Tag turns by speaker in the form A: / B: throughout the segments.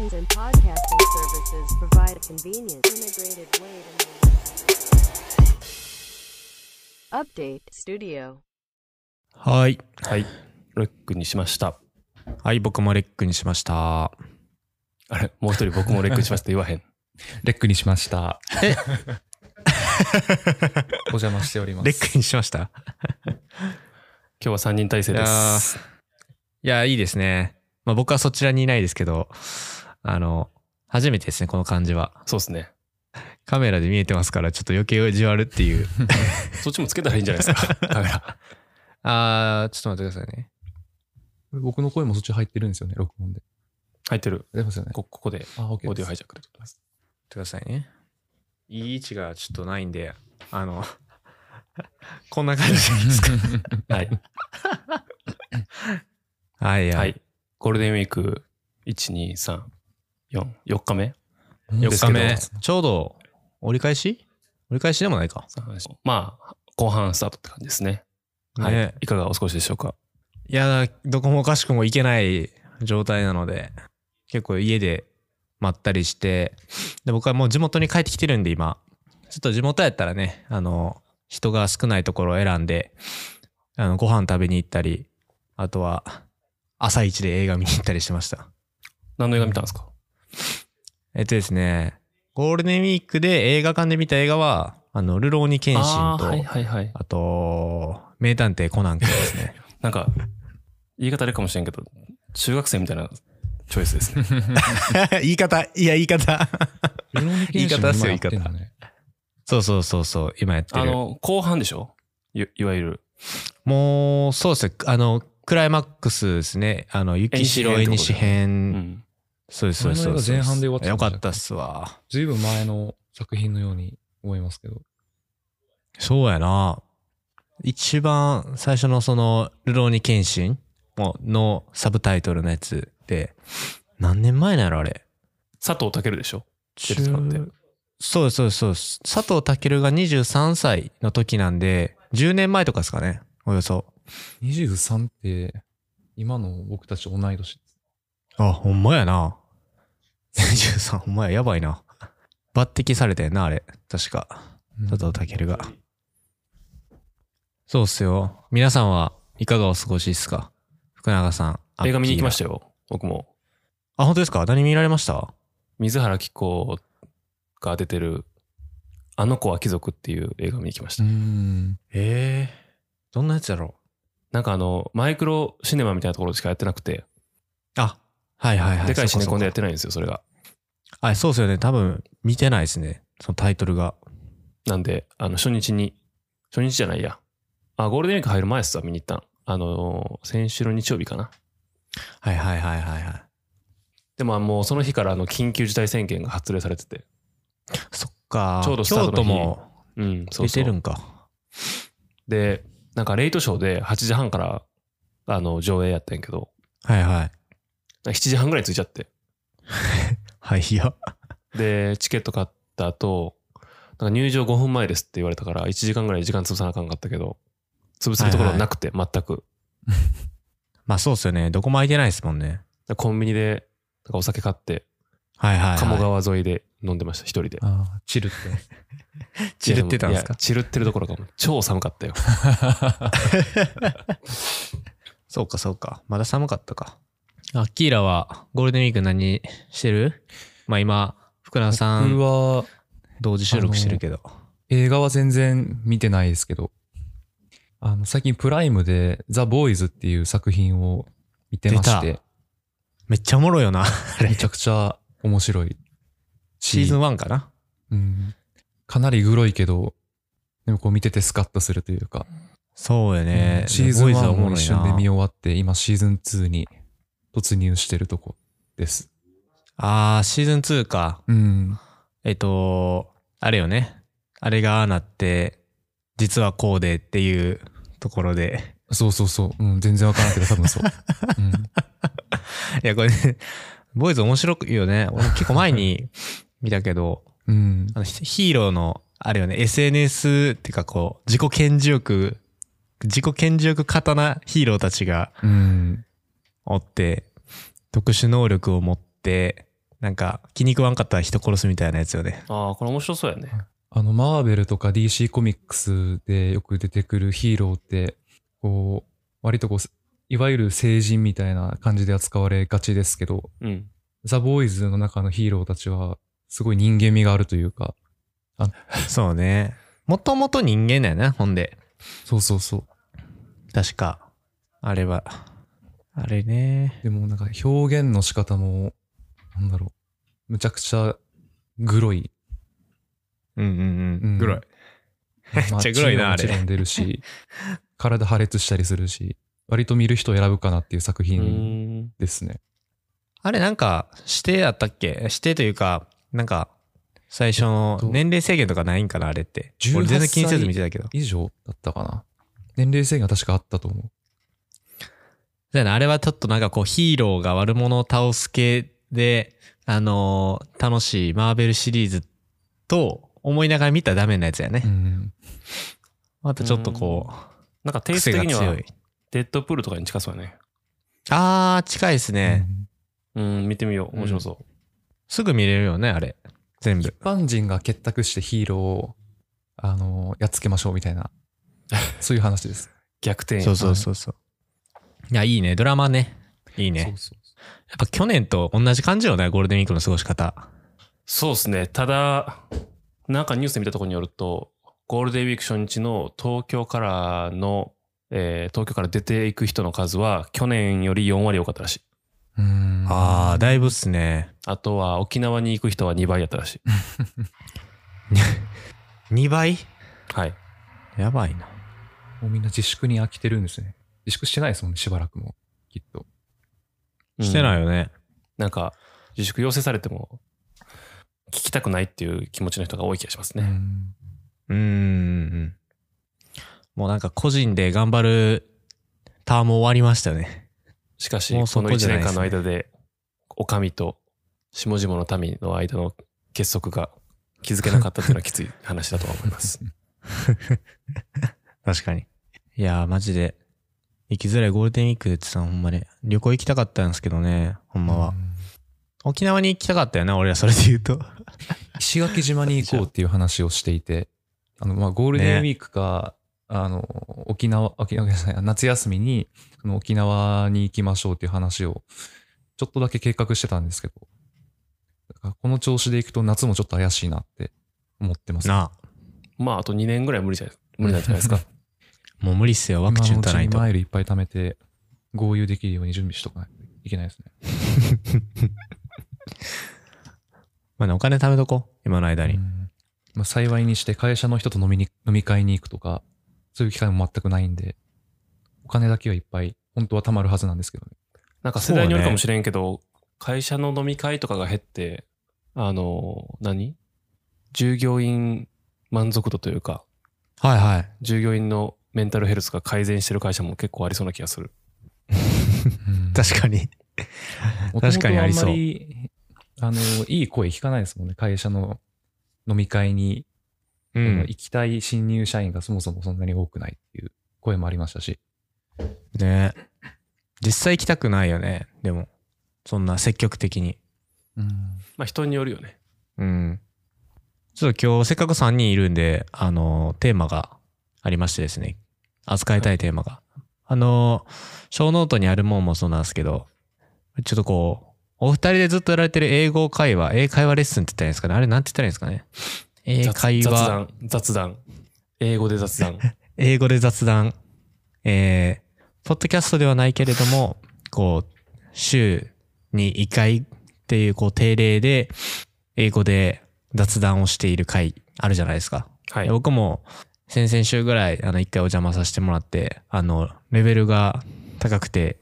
A: Podcasting services provide a convenient, integrated way to update studio.
B: はい。
C: はい。レックにしました。
B: はい、僕もレックにしました。
C: あれもう一人僕もレックにしましたって言わ へん。
D: レックにしました。 お邪魔しております。
B: レックにしました。
C: 今日は3人体制
B: い
C: で
B: や
C: す
B: ー。いや、いいですね。まあ僕はそちらにいないですけど、あの、初めてですね、この感じは。
C: そうですね。
B: カメラで見えてますから、ちょっと余計じわるっていう。
C: そっちもつけたらいいんじゃないです か。カメラ。
B: あー、ちょっと待ってくださいね。
D: 僕の声もそっち入ってるんですよね、録音で。
C: 入ってる。
D: 出ますよね。
C: こここで、
D: あ、OK
C: オーデ
D: で
C: ィオ
D: す。
C: ハイジャックで撮ってます。
B: くださいね。いい位置がちょっとないんで、あの、 こんな感じでいいですか
C: はい。
B: はいは
C: はいい。ゴールデンウィーク、1、2、3、4、4日目
B: 4
C: です
B: 日
C: けど
B: 目、ちょうど折り返し折り返しでもないか。
C: 三四まあ、後半スタートって感じですね。はい。
B: ね
C: いかがお過ごしでしょうか。
B: いや、どこもかしくも行けない状態なので、結構家でまったりして、で、僕はもう地元に帰ってきてるんで今、ちょっと地元やったらね、あの、人が少ないところを選んで、あの、ご飯食べに行ったり、あとは、朝一で映画見に行ったりしてました。
C: 何の映画見たんですか
B: えっとですね、ゴールデンウィークで映画館で見た映画は、あの、ルローニケンシンと、
C: あ
B: あ,、
C: ーはいはいはい。
B: と、名探偵コナン君ですね。
C: なんか、言い方あれかもしれんけど、中学生みたいなチョイスですね。
B: 言い方、いや、言い方。
D: ルローニケンシ
B: 言
D: ン
B: い方っすよ
D: 今やってんのね
B: そうそうそうそう、今やって
C: あ
B: る。
C: の、後半でしょいいわゆる。
B: もう、そうですね、あの、クライマックスですね、あの、雪城絵
C: 遠
B: 西
C: 西う
B: 編、
C: ん。
B: そうです、そうです。
D: 前の映画前半で終わってた
B: よ
D: んじ
B: か
D: ゃん
B: ったっすわ。
D: ずいぶん前の作品のように思いますけど。
B: そうやな。一番最初のその、ルローニケンシンのサブタイトルのやつで、何年前なんやろ、あれ。
C: 佐藤健でしょ出てたのって
B: 中そうです、そうです、そうです。佐藤健が23歳の時なんで、10年前とかですかね、およそ。
D: 23って、今の僕たち同い年です。
B: あ、ほんまやな。23、ほんまや、やばいな。抜擢されてんな、あれ。確か。
D: うん
B: 佐藤健が。そうっすよ。皆さんはいかがお過ごしですか福永さん。。
C: 映画見に行きましたたよ、僕も。
B: あ、本当ですか何見られました
C: 水原希子が出てる、あの子は貴族っていう映画見に行きまし
D: う
C: た。
D: ん。
B: ええどんなやつやろ
C: なんかあの、マイクロシネマみたいなところしかやってなくて、
B: あ、はいはいはい。
C: でかいシ
B: そ
C: ネ
B: うか
C: コンでやってないんですよ、それが。
B: そうかあ、そうっすよね。多分見てないですね。そのタイトルが。
C: なんで、あの、初日に、初日じゃないや。あ、ゴールデンウィーク入る前っすわ、見に行ったん。あのー、先週の日曜日かな。
B: はいはいはいはいはい。
C: でももうその日からあの、緊急事態宣言が発令されてて。
B: そっか。
C: ちょうどスタ
B: 京
C: ートの
B: 都
C: 日
B: も
C: うん、そう
B: 出
C: そ
B: て
C: う
B: るんか。
C: で、なんかレイトショーで8時半から、あの、上映やったんやけど、
B: はいはい。
C: 7時半ぐらいに着いちゃって。
B: はい、いや。
C: で、チケット買った後、なんか入場5分前ですって言われたから、1時間ぐらい時間潰さなあかんかったけど、潰せるところなくて、全く。
B: まあそうっすよね。どこも空いてないですもんね。
C: でコンビニで、なんかお酒買って、
B: はいはい、はい。
C: 鴨川沿いで飲んでました、一人で。
D: ああ、チルって。
B: 散るってたんです
C: いやもうい
B: か
C: や散るってるどころかもう、超寒かったよ。
B: そうかそうか。まだ寒かったか。あ、キーラはゴールデンウィーク何してるまあ今、福永さ
D: 僕
B: ん
D: は、
B: 同時収録してるけど。
D: 映画は全然見てないですけど、あの、最近プライムでザ・ボーイズっていう作品を見てまし
B: 出
D: て、
B: めっちゃおもろい よな。
D: めちゃくちゃ面白い
B: シ
D: し。
B: ーズン1かな。
D: うん。かなりグロいけど、でもこう見ててスカッとするというか、
B: そうよね。
D: シーズ
B: ボー
D: ン
B: イズは
D: 1
B: おも
D: も
B: ろ
D: 一
B: いな
D: 瞬で見終わって、今シーズン2に突入してるとこです。
B: あー、シーズン2か。
D: うん。
B: えっと、あれよね。あれがああなって、実はこうでっていうところで。
D: そうそうそう。うん、全然わからんけど多分そう。うん。
B: いや、これ、ボーイズ面白いよね。俺結構前に見たけど、
D: うん。
B: あのヒヒーローの、あれよね、SNS っていうかこう、自己顕示欲、自己顕示欲刀ヒーローたちが
D: うん。
B: おって、特殊能力を持って、なんか気に食わんかったら人殺すみたいなやつよ ね。
C: ああ、これ面白そうやね。
D: あの、マーベルとか DC コミックスでよく出てくるヒーローって、こう、割とこう、いわゆる成人みたいな感じで扱われがちですけど、
C: うん。
D: ザ・ボーイズの中のヒーローたちは、すごい人間味があるというか、
B: そうね。もともと人間だよね、ほんで。
D: そうそうそう。
B: 確か。あれは。あれね。
D: でもなんか表現の仕方も、なんだろう、むちゃくちゃグロ い。
B: うんうん
D: うん
B: 黒い。
D: めっ
B: ちゃグロいなあれ
D: もちろん出るし、体破裂したりするし、割と見る人を選ぶかなっていう作
C: う
D: 品
C: ーん。
D: ですね。
B: あれなんか、指定やったっけ指定というか、なんか、最初の
D: えっと
B: 年齢制限とかないんかな、あれって。
D: 18
B: 俺全然気にせず見てたけど。
D: 以上だったかな。年齢制限は確かあったと思う。
B: だよねあれはちょっとなんかこうヒーローが悪者を倒す系で、あのー楽しいマーベルシリーズと思いながら見たらダメなやつやね。
D: うん。
B: またちょっとこ
C: なんか
B: う、
C: テイス
B: 癖
C: ト
B: が
C: 的に
B: 強、。
C: はいデッドプールとかに近そうやね。
B: あー、近いですね。
D: うん
C: うん、見てみよう。面白そう。
B: すぐ見れるよね、あれ。全
D: 一
B: 部。
D: 般人が結託してヒーローを、あのやっつけましょうみた いな、そういう話です。
C: 逆転や。
B: そうそうそうそう。いや、いいね。ドラマね。いいね。や
D: そ
B: っ
D: うそうそ
B: ぱ去年と同じ感じよね、ゴールデンウィークの過ごし方。
C: そうですね。ただ、なんかニュースで見たところによると、ゴールデンウィーク初日の東京からの、えー東京から出ていく人の数は去年より4割多かったらしい。
D: う。うん。
B: あー、だいぶっすね。
C: あとは沖縄に行く人は2倍やったらしい。
B: 2倍
C: はい。
B: やばいな。
D: もうみんな自粛に飽きてるんですね。自粛してないですもんね、しばらくも。きっと。
B: してない
C: い。
B: よね。
C: なんか、自粛要請されても、聞きたくないっていう気持ちの人が多い気がします
D: う
C: ね。
D: ん
B: うーん。もうなんか個人で頑張るターンも終わりましたよね。
C: しかし、
B: もう
C: こ
B: そ
C: の
B: こ
C: 1
B: じゃない
C: 年
B: です
C: 間
B: ね
C: の間で、お上と下々の民の間の結束が築けなかったっていうのはきつい話だとは思います。
B: 確かに。いやー、マジで。行きづらいゴールデンウィークってさ、ほんまに。旅行行きたかったんですけどね、ほんまは。
D: うん
B: 沖縄に行きたかったよね、俺らそれで言う と。
D: 石垣島に行こうっていう話をしていて、あの、まあ、ゴールデンウィークか、あの、沖縄、沖縄じゃない、夏休みに、その沖縄に行きましょうっていう話を、ちょっとだけ計画してたんですけど、だからこの調子で行くと夏もちょっと怪しいなって思ってます。
B: なあ、
C: まあ、あと2年ぐらい無理じゃない無理なんじゃないです か。
B: もう無理っすよ、ワクチン打たないと
D: 今のうちに。マイルいっぱい貯めて、合流できるように準備しとかないといけないですね。
B: まあね、お金貯めとこう、今の間に。
D: うんまあ、幸いにして会社の人と飲みに飲み会に行くとか、そういう機会も全くないんで、お金だけはいっぱい、本当は貯まるはずなんですけどね。
C: なんか世代によるかもしれんけど、会社の飲み会とかが減って、あの、何従業員満足度というか、
B: はいはい。
C: 従業員のメンタルヘルスが改善してる会社も結構ありそうな気がする。
B: 確かに。確かにありそう
D: 元々あんまり、あの、いい声聞かないですもんね。会社の飲み会に、
B: う
D: その
B: ん。
D: 行きたい新入社員がそもそもそんなに多くないっていう声もありましたし。
B: ね実際行きたくないよね、でも。そんな積極的に。
C: まあ人によるよね。
B: うん。ちょっと今日せっかく3人いるんで、あの、テーマがありましてですね。扱いたいテーマが。あの、小ノートにあるもんもそうなんですけど、ちょっとこう、お二人でずっとやられてる英語会話、英会話レッスンって言ったらいいんですかね。あれなんて言ったらいいんですかね。英
C: 雑
B: 会
C: 雑
B: 話、
C: 談、雑談。英語で 雑談。
B: 英語で雑談。えー、ポッドキャストではないけれども、こう、週に1回っていうこう定例で、英語で雑談をしている回あるじゃないですか。
C: はい。
B: 僕も先々週ぐらいあの一回お邪魔させてもらってあのレベルが高くて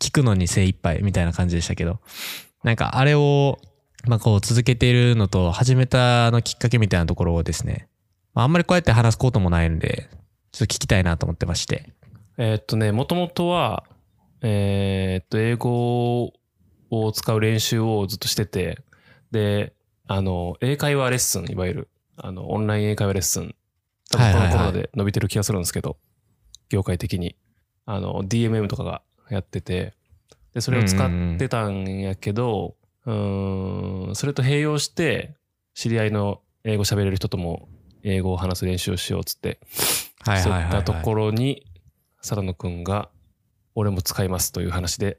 B: 聞くのに精一杯みたいな感じでしたけどなんかあれを、まあ、こう続けているのと始めたあのきっかけみたいなところをですねまああんまりこうやって話すこともないんでちょっと聞きたいなと思ってまして
C: えーっとね、もともとは、えーっと、英語を使う練習をずっとしてて、で、あの、英会話レッスン、いわゆる、あの、オンライン英会話レッスン。多
B: はい
C: 分この
B: はい
C: コ
B: はい
C: ロナで伸びてる気がするんですけど、業界的に。あの、DMM とかがやってて、で、それを使ってたんやけど、うーん、それと併用して、知り合いの英語喋れる人とも英語を話す練習をしようっつって、
B: はい
C: そう
B: はい
C: いっ
B: は
C: た
B: い、
C: と
B: はい
C: こ。ろに、佐野くんが、俺も使いますという話 で、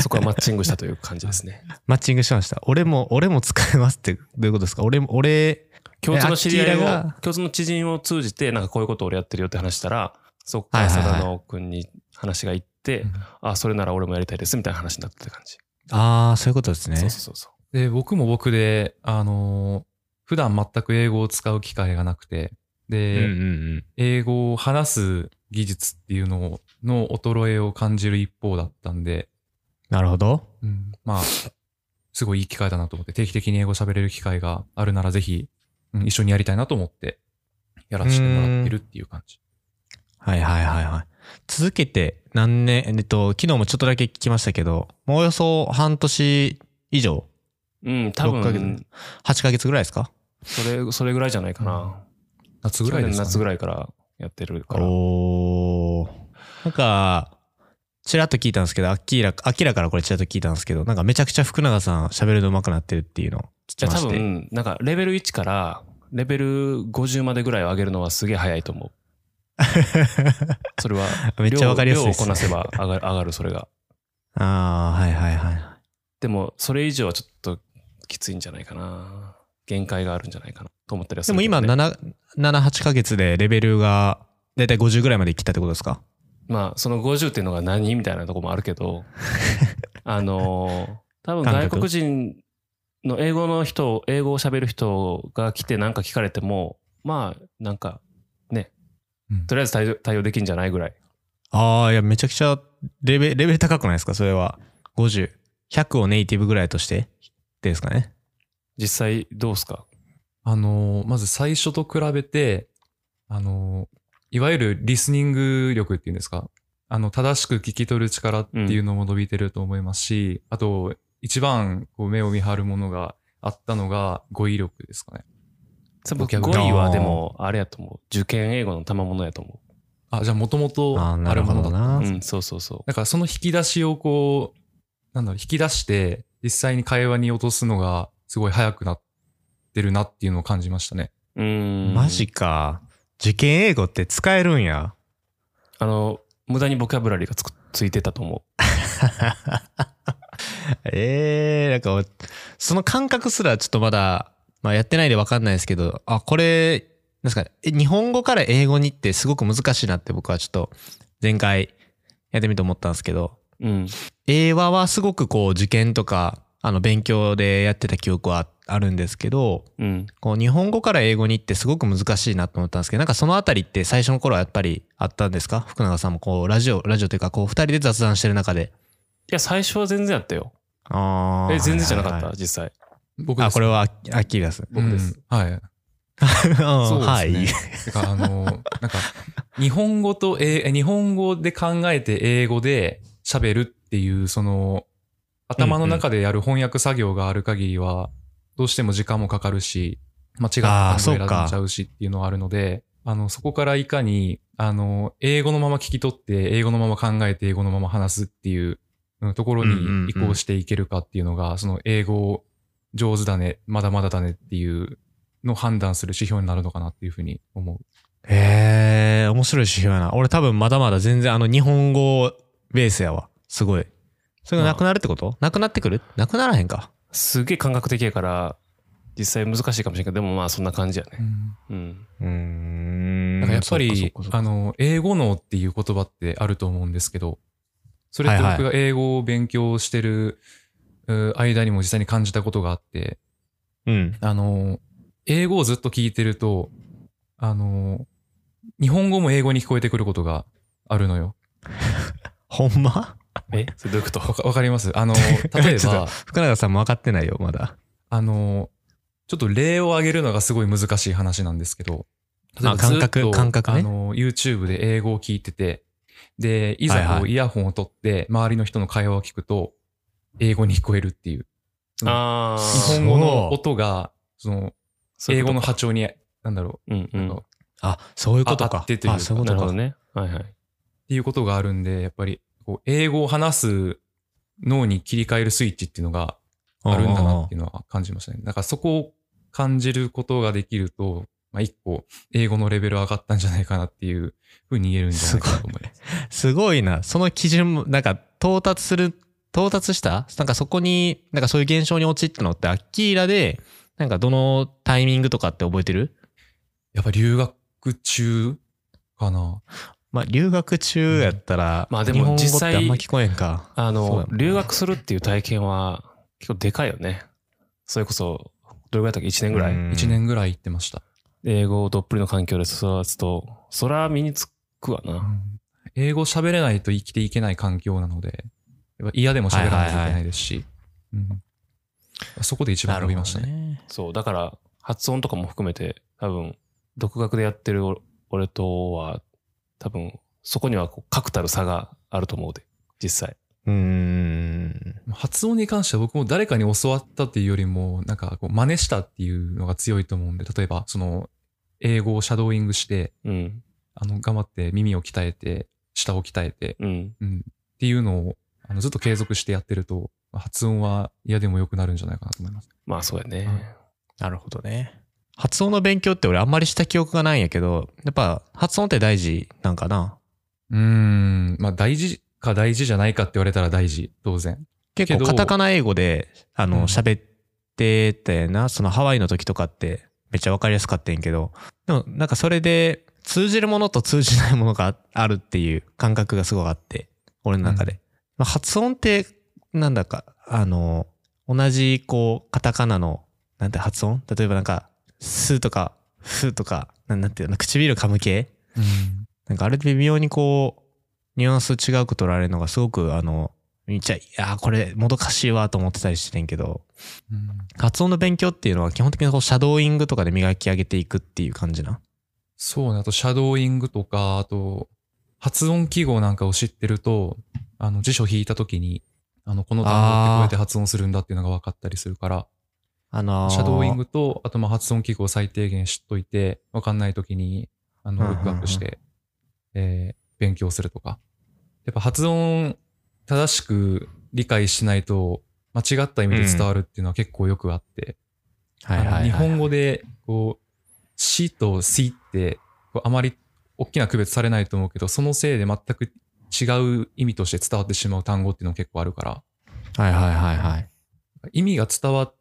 C: そこはマッチングしたという感じで すね。
B: マッチングしました。俺も、俺も使えますって、どういうことですか俺も、俺、
C: 共通の知り合い
B: アッキーラ
C: を
B: が、
C: 共通の知人を通じて、なんかこういうことを俺やってるよって話したら、そこか
B: は
C: ら
B: いはい
C: 佐
B: はい
C: 野くんに話が行って、あ、それなら俺もやりたいですみたいな話になったって感じ。
B: ああ、そういうことですね。
C: そうそうそう。
D: で、僕も僕で、あのー普段全く英語を使う機会がなくて、
B: うんう
D: で、
B: ん
D: 英語を話す技術っていうのをの衰えを感じる一方だったんで、
B: なるほど。
D: まあ、すごいいい機会だなと思って、定期的に英語喋れる機会があるならぜひ、うん一緒にやりたいなと思って、やらせてもらってるっていう感じ。
B: はいはいはいはい。続けて何年、えっと、昨日もちょっとだけ聞きましたけど、もうおよそ半年以上、
C: うん、多
B: 六ヶ月
C: 分、
B: 8ヶ月ぐらいですか
C: それ、それぐらいじゃないかな。
D: 夏ぐらい
C: 去年
D: ですか、ね、
C: の夏ぐらいからやってるから。
B: おー。なんか、ちらっと聞いたんですけど、アキラ、アキラからこれちらっと聞いたんですけど、なんかめちゃくちゃ福永さん喋るの上手くなってるっていうのを聞
C: じ
B: き
C: ゃあ
B: ま
C: 多
B: して。、
C: 分、なんかレベル1からレベル50までぐらいを上げるのはすげえ早いと思う。それは
B: めっちゃわかりやすい
C: 量
B: で
C: を
B: す
C: こ
B: ね
C: なせば上がる、上がる、それが。
B: ああ、はいはいはい。
C: でも、それ以上はちょっときついんじゃないかな。限界があるんじゃないかなと思ったりはす
B: で
C: る
B: も
C: けど
B: 今
C: ね
B: 7、7、8ヶ月でレベルが、だいたい50ぐらいまで来たってことですか
C: まあ、その50っていうのが何みたいなとこもある けど、あのー、多分
B: 感覚
C: 外国人の英語の人、英語を喋る人が来て何か聞かれても、まあ、なんか、ね
D: うん、
C: とりあえず対応対応できんじゃないぐらい。
B: ああ、いや、めちゃくちゃレベレベル高くないですかそれは。50。100をネイティブぐらいとしてですかね。
C: 実際どうすか
D: あのーまず最初と比べて、あのーいわゆるリスニング力っていうんですか、あの、正しく聞き取る力っていうのも伸びてると思いますし、あと、一番こう目を見張るものがあったのが語彙力ですかね。
C: それ
D: ボキ
C: 僕
D: ャ
C: 5
D: ブ
C: 位はでも、あれやと思う。受験英語の賜物やと思
D: あ、じゃあもともと
B: ああ、な
D: あ
B: る
D: る
B: ほ
D: もの
B: ど
D: だった
B: な。
C: う。うん、そうそうそ
D: なんかその引き出しをこう、なんだろう、引き出して、実際に会話に落とすのがすごい早くなってるなっていうのを感じましたね。
C: う。うーん。
B: マジか。受験英語って使えるんや。
C: あの、無駄にボキャブラリーがつくついてたと思
B: ええなんか、その感覚すらちょっとまだ、まあやってないでわかんないですけど、あ、これ、なんですか、え日本語から英語にってすごく難しいなって僕はちょっと前回やってみて思ったんですけど、
C: う。うん。
B: 英和はすごくこう受験とか、あの勉強でやってた記憶はあるんですけど、
C: うん。
B: こう日本語から英語にってすごく難しいなと思ったんですけどなんかそのあたりって最初の頃はやっぱりあったんですか福永さんもこうラジオラジオというかこう2人で雑談してる中で
C: いや、最初は全然やったよ。
B: あー
C: え、全然じゃなかった、
B: はいはい
C: 実際。
D: 僕
B: はい
D: で
B: あ
D: す
B: これはアッキ ーラス
C: 僕です。
D: うんはい。そうです ね。
B: はい
D: てか、あの、なんか、日本語と英、日本語で考えて英語で喋るっていう、その、頭の中でやる翻訳作業がある限りは、どうしても時間もかかるし、間違った単語を選んじゃうしっていうのはあるので、あの、そこからいかに、あの、英語のまま聞き取って、英語のまま考えて、英語のまま話すっていううんところ
B: うんうんうん
D: に移行していけるかっていうのが、その英語上手だね、まだまだだねっていうのを判断する指標になるのかなっていうふうに思う。
B: へえ面白い指標やな俺多分まだまだ全然あの日本語ベースやわすごいそれがなくなるってこと、なくなってくるなくならへんか
C: すげえ感覚的やから、実際難しいかもしれんけど、でもまあそんな感じやね。うん。
B: うーん
D: なんかやっぱ
C: そっ
D: り
C: かそっかそっ、か
D: あの、英語能っていう言葉ってあると思うんですけど、それっ
B: は
D: て
B: いはい
D: 僕が英語を勉強してるう間にも実際に感じたことがあって、
B: うん
D: あの、英語をずっと聞いてると、あの、日本語も英語に聞こえてくることがあるのよ。
B: ほんま
C: えそれどういうこと
D: わかわかりますあの、例え
B: ちょっと
D: ば、
B: 福永さんも分かってないよまだ
D: あの、ちょっと例を挙げるのがすごい難しい話なんですけど、例えば
B: あ感覚
D: ずっと
B: 感覚ね
D: あの、YouTube で英語を聞いてて、で、い
B: はい
D: ざこ
B: は
D: う
B: い
D: イヤホンを取って、周りの人の会話を聞くと、英語に聞こえるっていう。
C: あ
D: 日
C: あ。
D: 本語の音が、その、
C: そうい
D: 英
C: うこ
D: 語
C: と
D: の波長に、なんだろ
C: うん
D: う、
C: う
D: あ
C: ん。
D: の
B: あそういうこと
D: あ
B: か
D: 合ってというか
B: あそういうこ
C: な
B: と
C: るほ
B: か
C: どね。はいはい。
D: っていうことがあるんで、やっぱり、こう、英語を話す脳に切り替えるスイッチっていうのがあるんだなっていうのは感じましたね。だからそこを感じることができると、まあ一個英語のレベル上がったんじゃないかなっていうふうに言えるんじゃないかなと思います。
B: すごいな。その基準も、なんか到達する、到達したなんかそこに、なんかそういう現象に陥ったのって、アッキーラで、なんかどのタイミングとかって覚えてる
D: やっぱ留学中かな。
B: まあ、留学中やったら、
C: うんまあでも
B: 日本語
C: 実際
B: ってあんま聞こえんか。
C: あ
B: そう
C: の
B: や、もんね
C: 留学するっていう体験は結構でかいよね。それこそ、どれぐらいだったっけ ?1 年ぐらい。
B: うん
D: 1年ぐらい行ってました。
C: 英語をどっぷりの環境で育つと、そら身につくわな。
D: 英語喋れないと生きていけない環境なので、やっぱ嫌でも喋らないといけないですし、うんそこで一番伸びましたね。
B: ね。
C: そう、だから発音とかも含めて、多分、独学でやってるお俺とは、多分、そこにはこう確たる差があると思うで、実際。
B: うーん。
D: 発音に関しては僕も誰かに教わったっていうよりも、なんかこう真似したっていうのが強いと思うんで、例えばその英語をシャドーイングして、
C: うん、
D: あの、頑張って耳を鍛えて、舌を鍛えて、
C: うん。
D: うん、っていうのをあのずっと継続してやってると、発音は嫌でも良くなるんじゃないかなと思います。
C: まあそうやね。
B: なるほどね。発音の勉強って俺あんまりした記憶がないんやけど、やっぱ発音って大事なんかな。
D: うーん、まあ大事か大事じゃないかって言われたら大事、当然。
B: 結構
D: けど
B: カタカナ英語で、あ
D: うん
B: の、喋ってたよな、そのハワイの時とかってめっちゃわかりやすかったんやけど、でもなんかそれで通じるものと通じないものがあるっていう感覚がすごくあって、俺の中で。まあ発音って、なんだか、あの、同じこう、カタカナの、なんて発音例えばなんか、スーとか、フーとか、なんなんていうの、唇噛む系
D: うん
B: なんかあれで微妙にこう、ニュアンス違うく取られるのがすごくあの、めっちゃ、いやーこれもどかしいわと思ってたりしてんけど、
D: うん
B: 発音の勉強っていうのは基本的にこうシャドーイングとかで磨き上げていくっていう感じな。
D: そうね、あとシャドーイングとか、あと、発音記号なんかを知ってると、あの、辞書引いた時に、あの、この単語ってこうやって発音するんだっていうのが分かったりするから、
B: あの
D: シャドーイングと、あとまあ発音記号を最低限知っといて、分かんない時に、あ
B: うん
D: の、
B: うんう
D: ル
B: ん
D: ックアップして、えー勉強するとか。やっぱ発音、正しく理解しないと、間違った意味で伝わるっていうのは結構よくあって、
B: はいはいはい、
D: あの日本語で、こう、死と死って、こうあまり大きな区別されないと思うけど、そのせいで全く違う意味として伝わってしまう単語っていうのも結構あるから、
B: はいはいはいはい。
D: 意味が伝わ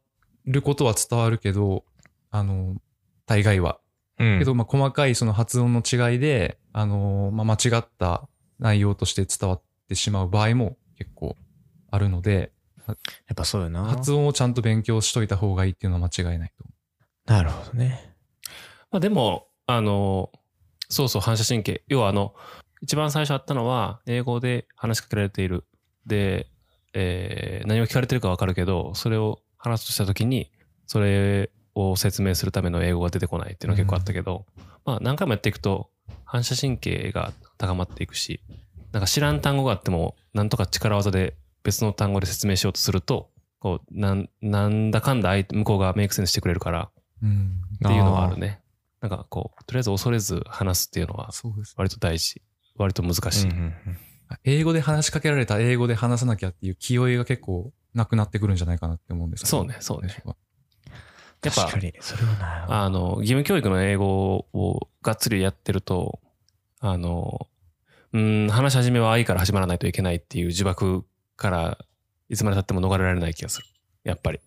D: ることは伝わるけど、あの、大概は。
B: うん
D: けど、まあ、細かいその発音の違いで、あの、まあ、間違った内容として伝わってしまう場合も結構あるので、
B: やっぱそうよな。
D: 発音をちゃんと勉強しといた方がいいっていうのは間違いないと思う。
B: なるほどね。
C: まあでも、あの、そうそう反射神経。要はあの、一番最初あったのは、英語で話しかけられている。で、えー何を聞かれてるかわかるけど、それを話すとしたときに、それを説明するための英語が出てこないっていうのは結構あったけど、まあ何回もやっていくと、反射神経が高まっていくし、なんか知らん単語があっても、なんとか力技で別の単語で説明しようとすると、こう、なん、なんだかんだ相手向こうがメイクセンスしてくれるから、
D: うん。
C: っていうのはあるね。なんかこう、とりあえず恐れず話すっていうのは
D: そうです。
C: 割と大事。割と難
B: あー。
C: しい。
B: うんうんうん
D: 英語で話しかけられた英語で話さなきゃっていう気負いが結構なくなってくるんじゃないかなって思うんですけど
C: そうね、そうね。。やっぱ
B: 確かに。それはないわ
C: あの、義務教育の英語をがっつりやってると、あの、うん、話し始めは愛から始まらないといけないっていう呪縛からいつまで経っても逃れられない気がする。やっぱり。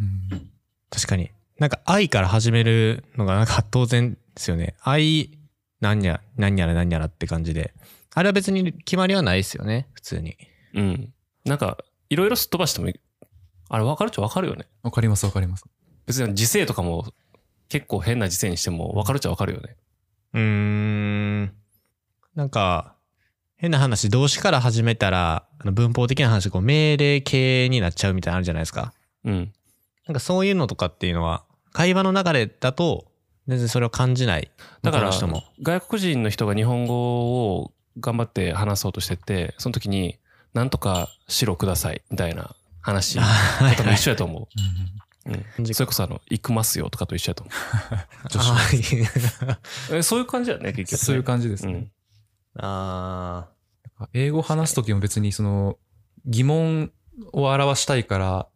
D: うん
B: 確かに。なんか愛から始めるのがなんか当然ですよね。愛、なんや、なんやらなんやらって感じで。あれは別に決まりはないですよね、普通に。
C: うん。なんか、いろいろすっ飛ばしてもいい、あれ分かるっちゃ分かるよね。
D: わかりますわかります。
C: 別に時勢とかも結構変な時勢にしても分かるっちゃ分かるよね。
B: うーん。なんか、変な話、動詞から始めたら、あの文法的な話、こう命令形になっちゃうみたいなのあるじゃないですか。
C: うん。
B: なんかそういうのとかっていうのは、会話の流れだと、全然それを感じない。
C: だから
B: 向こうの人 も。
C: 外国人の人が日本語を頑張って話そうとしてて、その時に、なんとか白ください、みたいな話。
B: はい
C: 多分一緒やと思 う。
B: い
C: うん。それこそあの、行くますよとかと一緒やと思
B: あー
C: う。えそういう感じだね、結局、ね。
D: そういう感じです
C: う
D: ね
C: ん。。
B: あ
D: 英語話すときも別にその疑問を表したいから、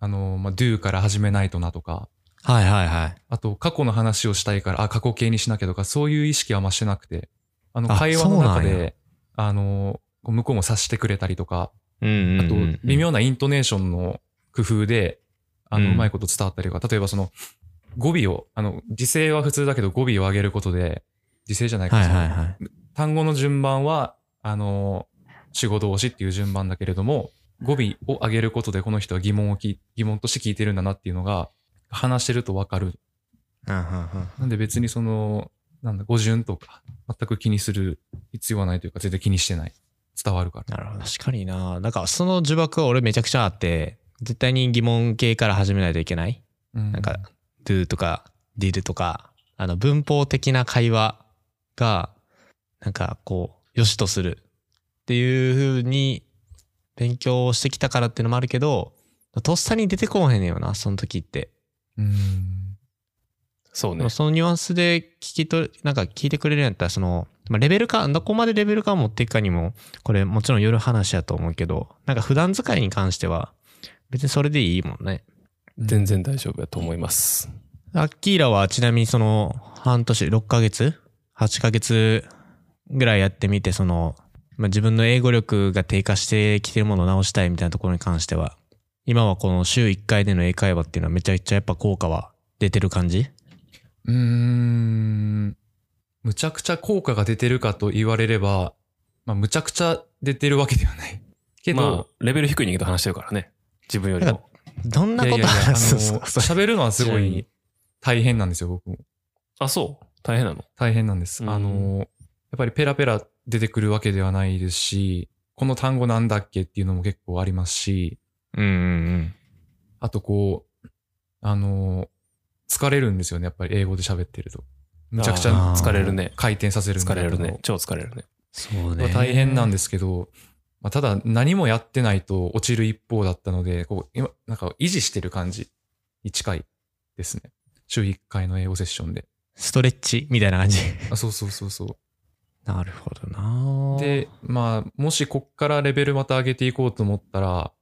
D: あの、まあ、do から始めないとなとか、
B: はいはいはい。
D: あと、過去の話をしたいから、あ、過去形にしなきゃとか、そういう意識はあんましてなくて、あの、
B: あ
D: 会話の中
B: そうなんや
D: で、あの、こう向こうも察してくれたりとか、
B: うんうん
D: あと
B: うんうん、
D: 微妙なイントネーションの工夫で、あ
B: う
D: の、
B: ん
D: うまいこと伝わったりとか、例えばその、語尾を、あの、時制は普通だけど語尾を上げることで、時制じゃないか、
B: はいはい
D: その
B: はい。
D: 単語の順番は、あの、主語動詞っていう順番だけれども、語尾を上げることでこの人は疑問をき疑問として聞いてるんだなっていうのが、話してるとわかる。
B: うんうんうん
D: なんで別にその、なんだ、語順とか、全く気にする必要はないというか、全然気にしてない。伝わるから。
B: なるほど。確かにな。なんかその呪縛は俺めちゃくちゃあって、絶対に疑問系から始めないといけない。
D: うん
B: なんか、do とか did とか、あの文法的な会話が、なんかこう、良しとするっていうふうに勉強をしてきたからっていうのもあるけど、とっさに出てこうへんねんよな、その時って。
D: うん。
C: そう
B: で
C: ね
B: も。そのニュアンスで聞き取りなんか聞いてくれるんやったら、その、まあ、レベル感、どこまでレベル感を持っていくかにも、これもちろん夜話やと思うけど、なんか普段使いに関しては、別にそれでいいもんね。
C: 全然大丈夫だと思います。
B: アッキーラはちなみにその半年、6ヶ月 ?8 ヶ月ぐらいやってみて、その、まあ、自分の英語力が低下してきてるものを直したいみたいなところに関しては、今はこの週1回での英会話っていうのはめちゃくちゃやっぱ効果は出てる感じ
D: うーん。むちゃくちゃ効果が出てるかと言われれば、まあ、むちゃくちゃ出てるわけではない。けど、
C: まあ、レベル低い人間と話してるからね。自分より
B: なん
C: も
B: か。どんなこと話すんです
D: あの
B: か それ
D: 喋るのはすご
B: ちなみに
D: い大変なんですよ、僕も。
C: あ、そう。大変なの。
D: 大変なんです。
C: うん
D: あの、やっぱりペラペラ出てくるわけではないですし、この単語なんだっけっていうのも結構ありますし、
B: うんうん
D: あとこう、あの、疲れるんですよね、やっぱり英語で喋ってると。むちゃくち
B: あ
D: ゃ
B: ー
C: 疲れるね。
D: 回転させるんだ
C: 疲
D: け
C: れ
D: ど
C: るね。超疲れるね。
B: そう
D: まあ
B: ね。
D: 大変なんですけど、まあ、ただ何もやってないと落ちる一方だったので、こう今なんか維持してる感じに近いですね。週1回の英語セッションで。
B: ストレッチみたいな感じ。
D: あそうそうそうそ
B: なるほどな
D: う。で、まあ、もしこっからレベルまた上げていこうと思ったら、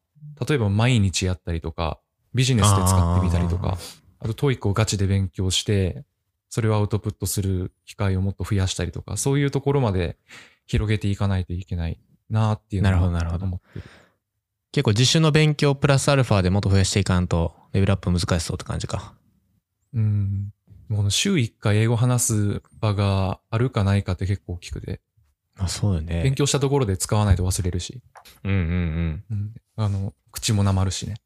D: 例えば毎日やったりとか、ビジネスで使ってみたりとか、あとトイックをガチで勉強して、それをアウトプットする機会をもっと増やしたりとか、そういうところまで広げていかないといけないなっていうの
B: なるほ
D: は
B: どなるほど
D: 思ってる。
B: 結構自主の勉強プラスアルファでもっと増やしていかんと、レベルアップ難しそうって感じか。
D: うん。もう週1回英語話す場があるかないかって結構大きくて、
B: あ、そうよね。
D: 勉強したところで使わないと忘れるし、
B: うんうんうん。
D: うん、あの、口もなまるしね。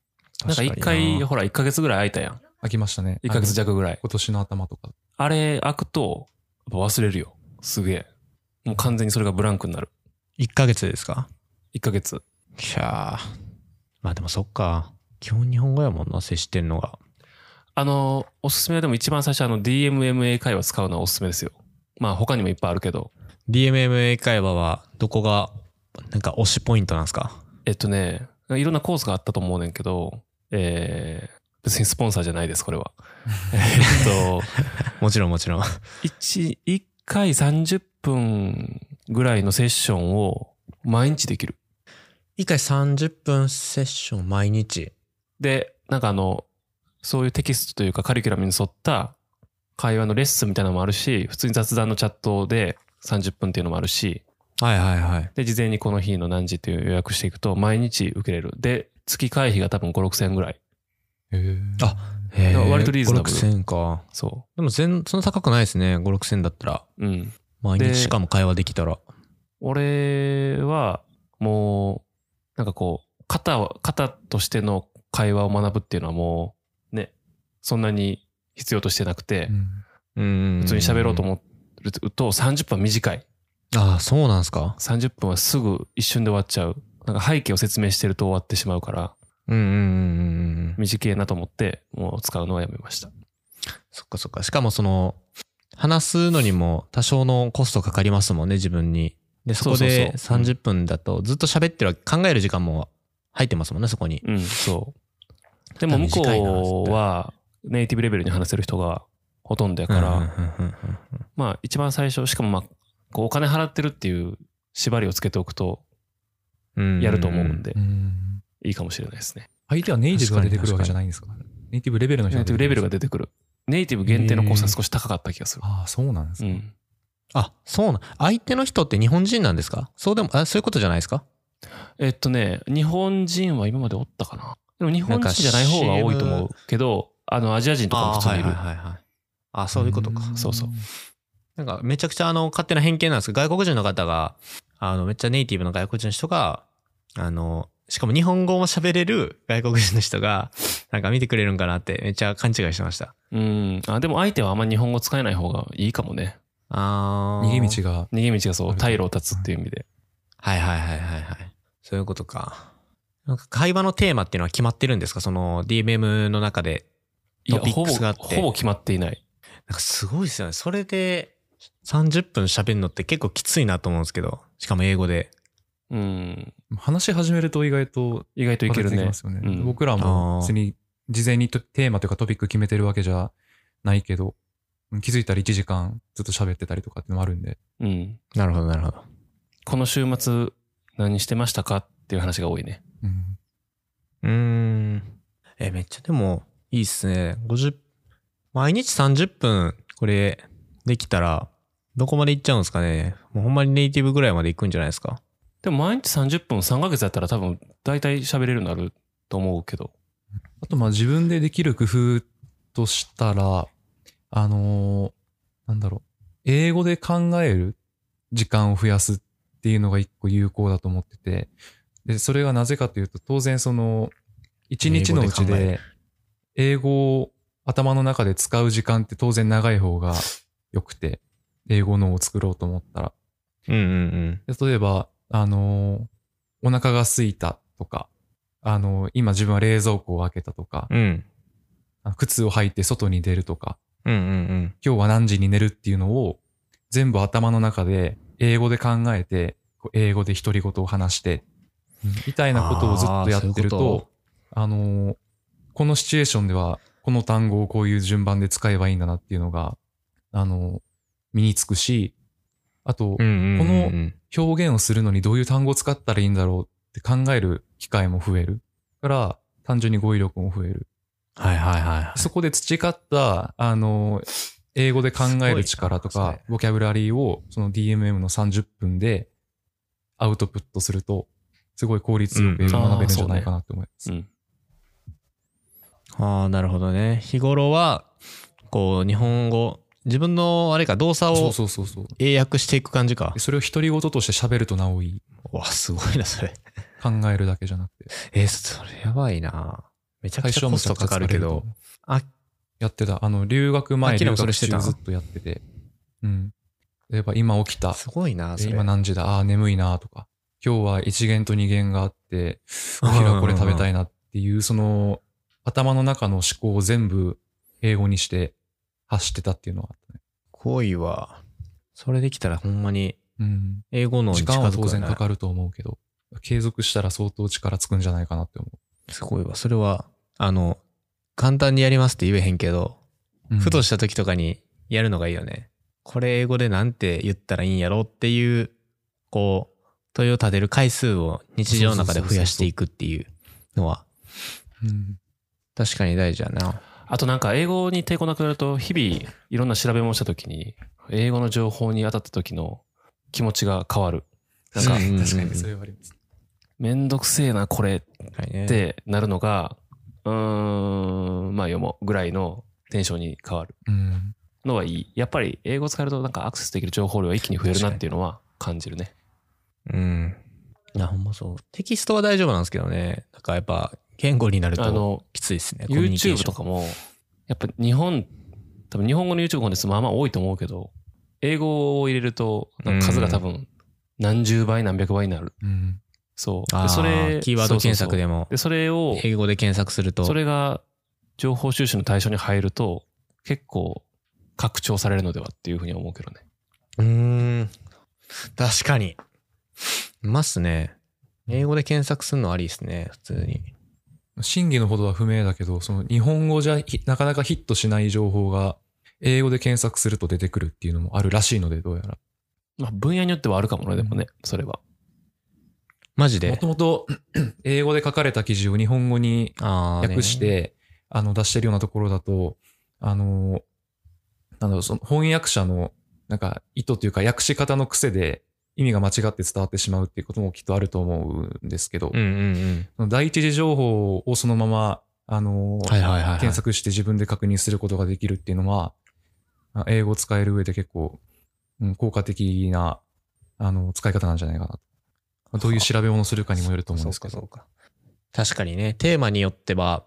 C: なんか一
B: 確かに
C: 回、
B: な
C: ほら、一ヶ月ぐらい空いたやん。
D: 飽きましたね。
C: 一ヶ月
D: あの
C: 弱ぐらい。
D: 今年の頭とか。
C: あれ、開くと、やっぱ忘れるよ。すげえ。もう完全にそれがブランクになる。
B: 1ヶ月ですか
C: 一ヶ月。
B: いやー。まあでもそっか。基本日本語やもんな、接してるのが。
C: あの、おすすめはでも一番最初、あの、DMMA 会話使うのはおすすめですよ。まあ、他にもいっぱいあるけど。
B: DMMA 会話はどこが、なんか推しポイントなんですか
C: えっとね、いろんなコースがあったと思うねんけど、えー、別にスポンサーじゃないです、これは。えっと、
B: もちろんもち ろん。
C: 一一回30分ぐらいのセッションを毎日できる。
B: 1回30分セッション毎日。
C: で、なんかあの、そういうテキストというかカリキュラムに沿った会話のレッスンみたいなのもあるし、普通に雑談のチャットで30分っていうのもあるし、
B: はいはいはい。
C: で、事前にこの日の何時っていう予約していくと毎日受けれる。で、月会費が多分5、6千円ぐらい。
D: あ、
B: へー
C: 割とリーズナブル
B: 5、6000か。
C: そ
B: でも全、そんな高くないですね。5、6000だったら。
C: う。うん。
B: 毎
C: で
B: 日しかも会話できたら。
C: 俺は、もう、なんかこう、型を、型としての会話を学ぶっていうのはもう、ね、そんなに必要としてなくて
D: う、ん
B: 普
C: 普通に喋ろうと
B: っ
C: 思うと30分は短い。
B: て。ああ、そうなんすか。
C: 30分はすぐ一瞬で終わっちゃう。なんか背景を説明してると終わってしまうから、
B: うんうんうんうんうん。
C: 短いなと思って、もう使うのはやめました。
B: そっかそっか。しかもその、話すのにも多少のコストかかりますもんね、自分に。で、そこで
C: そうそうそううん
B: 30分だとずっと喋ってるわ考える時間も入ってますもんね、そこに。
C: うん、そう。でも向こうはネイティブレベルに話せる人がほとんどやから、
B: うんうんうん
C: まあ一番最初、しかもまあ、こうお金払ってるっていう縛りをつけておくと
B: うんうん
C: やると思うん。で
D: う、ん
C: いいかもしれないですね。
D: 相手はネイティブが出てくるわけじゃないんですかネイティブレベルの人
C: ネイティブレベルが出てくる。ネイティブ限定のコースは少し高かった気がする。
D: ああ、そうなんです
C: う
D: ね。
C: ん。
B: あ、そうなん。相手の人って日本人なんですかそうでも、あそういうことじゃないですか
C: えっとね、日本人は今までおったかな。でも日本人じゃない方が多いと思うけど、あの、アジア人とかも普通
B: は
C: に
B: い
C: いる
B: はい。はいはい。あ、そういうことか。
D: ん
C: そうそう。
B: なんかめちゃくちゃあの勝手な偏見なんですけど、外国人の方が、あのめっちゃネイティブの外国人の人が、あの、しかも日本語も喋れる外国人の人が、なんか見てくれるんかなってめっちゃ勘違いしてました。
C: うん。あ、でも相手はあんま日本語使えない方がいいかもね。
B: あー
D: 逃げ道が。
C: 逃げ道がそう、退路を断つっていう意味で。
B: はいはいはいはいはい。そういうことか。なんか会話のテーマっていうのは決まってるんですかその DMM の中で。
C: いや、
B: トピ
C: ほ
B: ック
C: ぼ、
B: スがあって
C: ほぼ決まっていない。
B: なんかすごいですよね。それで30分喋るのって結構きついなと思うんですけど。しかも英語で。
C: うん。
D: 話し始めると意外と
C: 意外といける
D: またでき
C: ね
D: ますよね。
C: うん
D: 僕らも別に事前にとテーマというかトピック決めてるわけじゃないけど、気づいたら1時間ずっと喋ってたりとかっていうのもあるんで。
C: うん。
B: なるほどなるほど。
C: この週末、何してましたかっていう話が多いね。
D: うん
B: うーん。え、めっちゃでも、いいっすね。50、毎日30分、これ、できたら、どこまで行っちゃうんですかね。もうほんまにネイティブぐらいまで行くんじゃないですか。
C: でも毎日30分3ヶ月だったら多分大体喋れるようになると思うけど。
D: あとまあ自分でできる工夫としたら、あのーなんだろう、英語で考える時間を増やすっていうのが一個有効だと思ってて、で、それがなぜかというと、当然その、一日のうち
B: 英語で考え
D: で、英語を頭の中で使う時間って当然長い方が良くて、英語のを作ろうと思ったら。
B: うんうん
D: で例えば、あのーお腹が空いたとか、あのー今自分は冷蔵庫を開けたとか、
B: うん。うん。
D: あ靴を履いて外に出るとか、
B: うんうん
D: 今日は何時に寝るっていうのを全部頭の中で英語で考えて、こう英語で独り言を話して、みたいなことをずっとやって
B: あ
D: る、
B: ーそういうこと
D: あのーこのシチュエーションではこの単語をこういう順番で使えばいいんだなっていうのが、あのー身につくし、あと
B: うん。う、んうんうんうん。
D: 表現をするのにどういう単語を使ったらいいんだろうって考える機会も増える。だから、単純に語彙力も増える。
B: はいはいはい。
D: そこで培った、あの、英語で考える力と
B: すごいな
D: か
B: それ、
D: ボキャブラリーをその DMM の30分でアウトプットすると、すごい効率よく英語を学べるんじゃないかなと思います。
C: うん。
B: ああ、なるほどね。日頃は、こう、日本語、自分の、あれか、動作
D: そう
B: を
D: そうそうそう。
B: 英訳していく感じか
D: で。それを独り言として喋るとなおいい。
B: うわ、すごいな、それ。
D: 考えるだけじゃなくて。
B: えー、それやばいな。めちゃく
D: 最
B: ち
D: 初
B: ゃ
D: は
B: コ
D: め
B: ス
D: ちゃ
B: ト
D: くち
B: か
D: ゃ
B: か
D: 疲れ
B: るけ
D: ると
B: ど
D: 思う。
B: あ、
D: やってた。あの、留学
B: あ
D: 前、
B: 昨日
D: 留
B: それ
D: 学
B: して
D: 中
B: た
D: ずっとやってて。うん。例えば今起きた。
B: すごいな、
D: で
B: それ。
D: 今何時だああ、眠いなとか。今日は1限と2限があって、お昼はこれ食べたいなっていう、その、頭の中の思考を全部英語にして発してたっていうのはあったね。
B: 恋は、それできたらほんまに
D: うん。
B: 英語の
D: 時間は当然か
B: る。
D: かると思うけど、継続したら相当力つくんじゃないかなって思
B: すごいわ。それは、あの、簡単にやりますって言えへんけど、
D: う。うん
B: ふとした時とかにやるのがいいよね。これ英語でなんて言ったらいいんやろっていう、こう、問いを立てる回数を日常の中で増やしていくっていうのは、
D: うん
B: 確かに大事だな。
C: あとなんか英語に抵抗なくなると日々いろんな調べ物した時に英語の情報に当たった時の気持ちが変わる。なんか
B: うんうんうん
D: 確かにそれはあります。
C: めんどくせえなこれ
B: はいね
C: ってなるのがうーんまあ読もうぐらいのテンションに変わる
D: うん。
C: のはいい。やっぱり英語使えるとなんかアクセスできる情報量が一気に増えるなっていうのは感じるね。
B: うん。いや、ほんまそう。テキストは大丈夫なんですけどね。なんかやっぱ、言語になる
C: あ
B: と
C: の
B: きついですね。コミュニケー
C: YouTube
B: シ
C: と
B: ョン。
C: かもやっぱ日本多分日本語の YouTube 本ですまあまあ多いと思うけど英語を入れるとなんか数が多分何十倍何百倍になる。
D: うん。
C: そう。
B: あー
C: でそれ
B: キーワード検
C: そうそ
B: 索
C: うそう
B: でも
C: で、、それを、
B: 英語で検索すると。
C: それが情報収集の対象に入ると、結構拡張されるのではっていうふうに思うけどね。
B: うーん。確かに。いますね。英語で検索するのありですね、普通に。
D: 真偽のほどは不明だけど、その日本語じゃひなかなかヒットしない情報が英語で検索すると出てくるっていうのもあるらしいので、どうやら。
C: まあ、分野によってはあるかもね、でもね、それは。
B: マジ
D: も
B: で
D: と。もと 英語で書かれた記事を日本語に
B: あーね
D: 訳して、あの出してるようなところだと、あの、なんだろう、その翻訳者のなんか意図というか訳し方の癖で意味が間違って伝わってしまうっていうこともきっとあると思うんですけど、
B: うんうん
D: その第一次情報をそのまま、あの、
B: うん。はいはいはい、はい
D: 検。索して自分で確認することができるっていうのは、あ英語を使える上で結構、うん、効果的なあの使い方なんじゃないかなとまあ。どういう調べ物をするかにもよると思うんですけど。
B: そうかそうか確かにね、テーマによっては、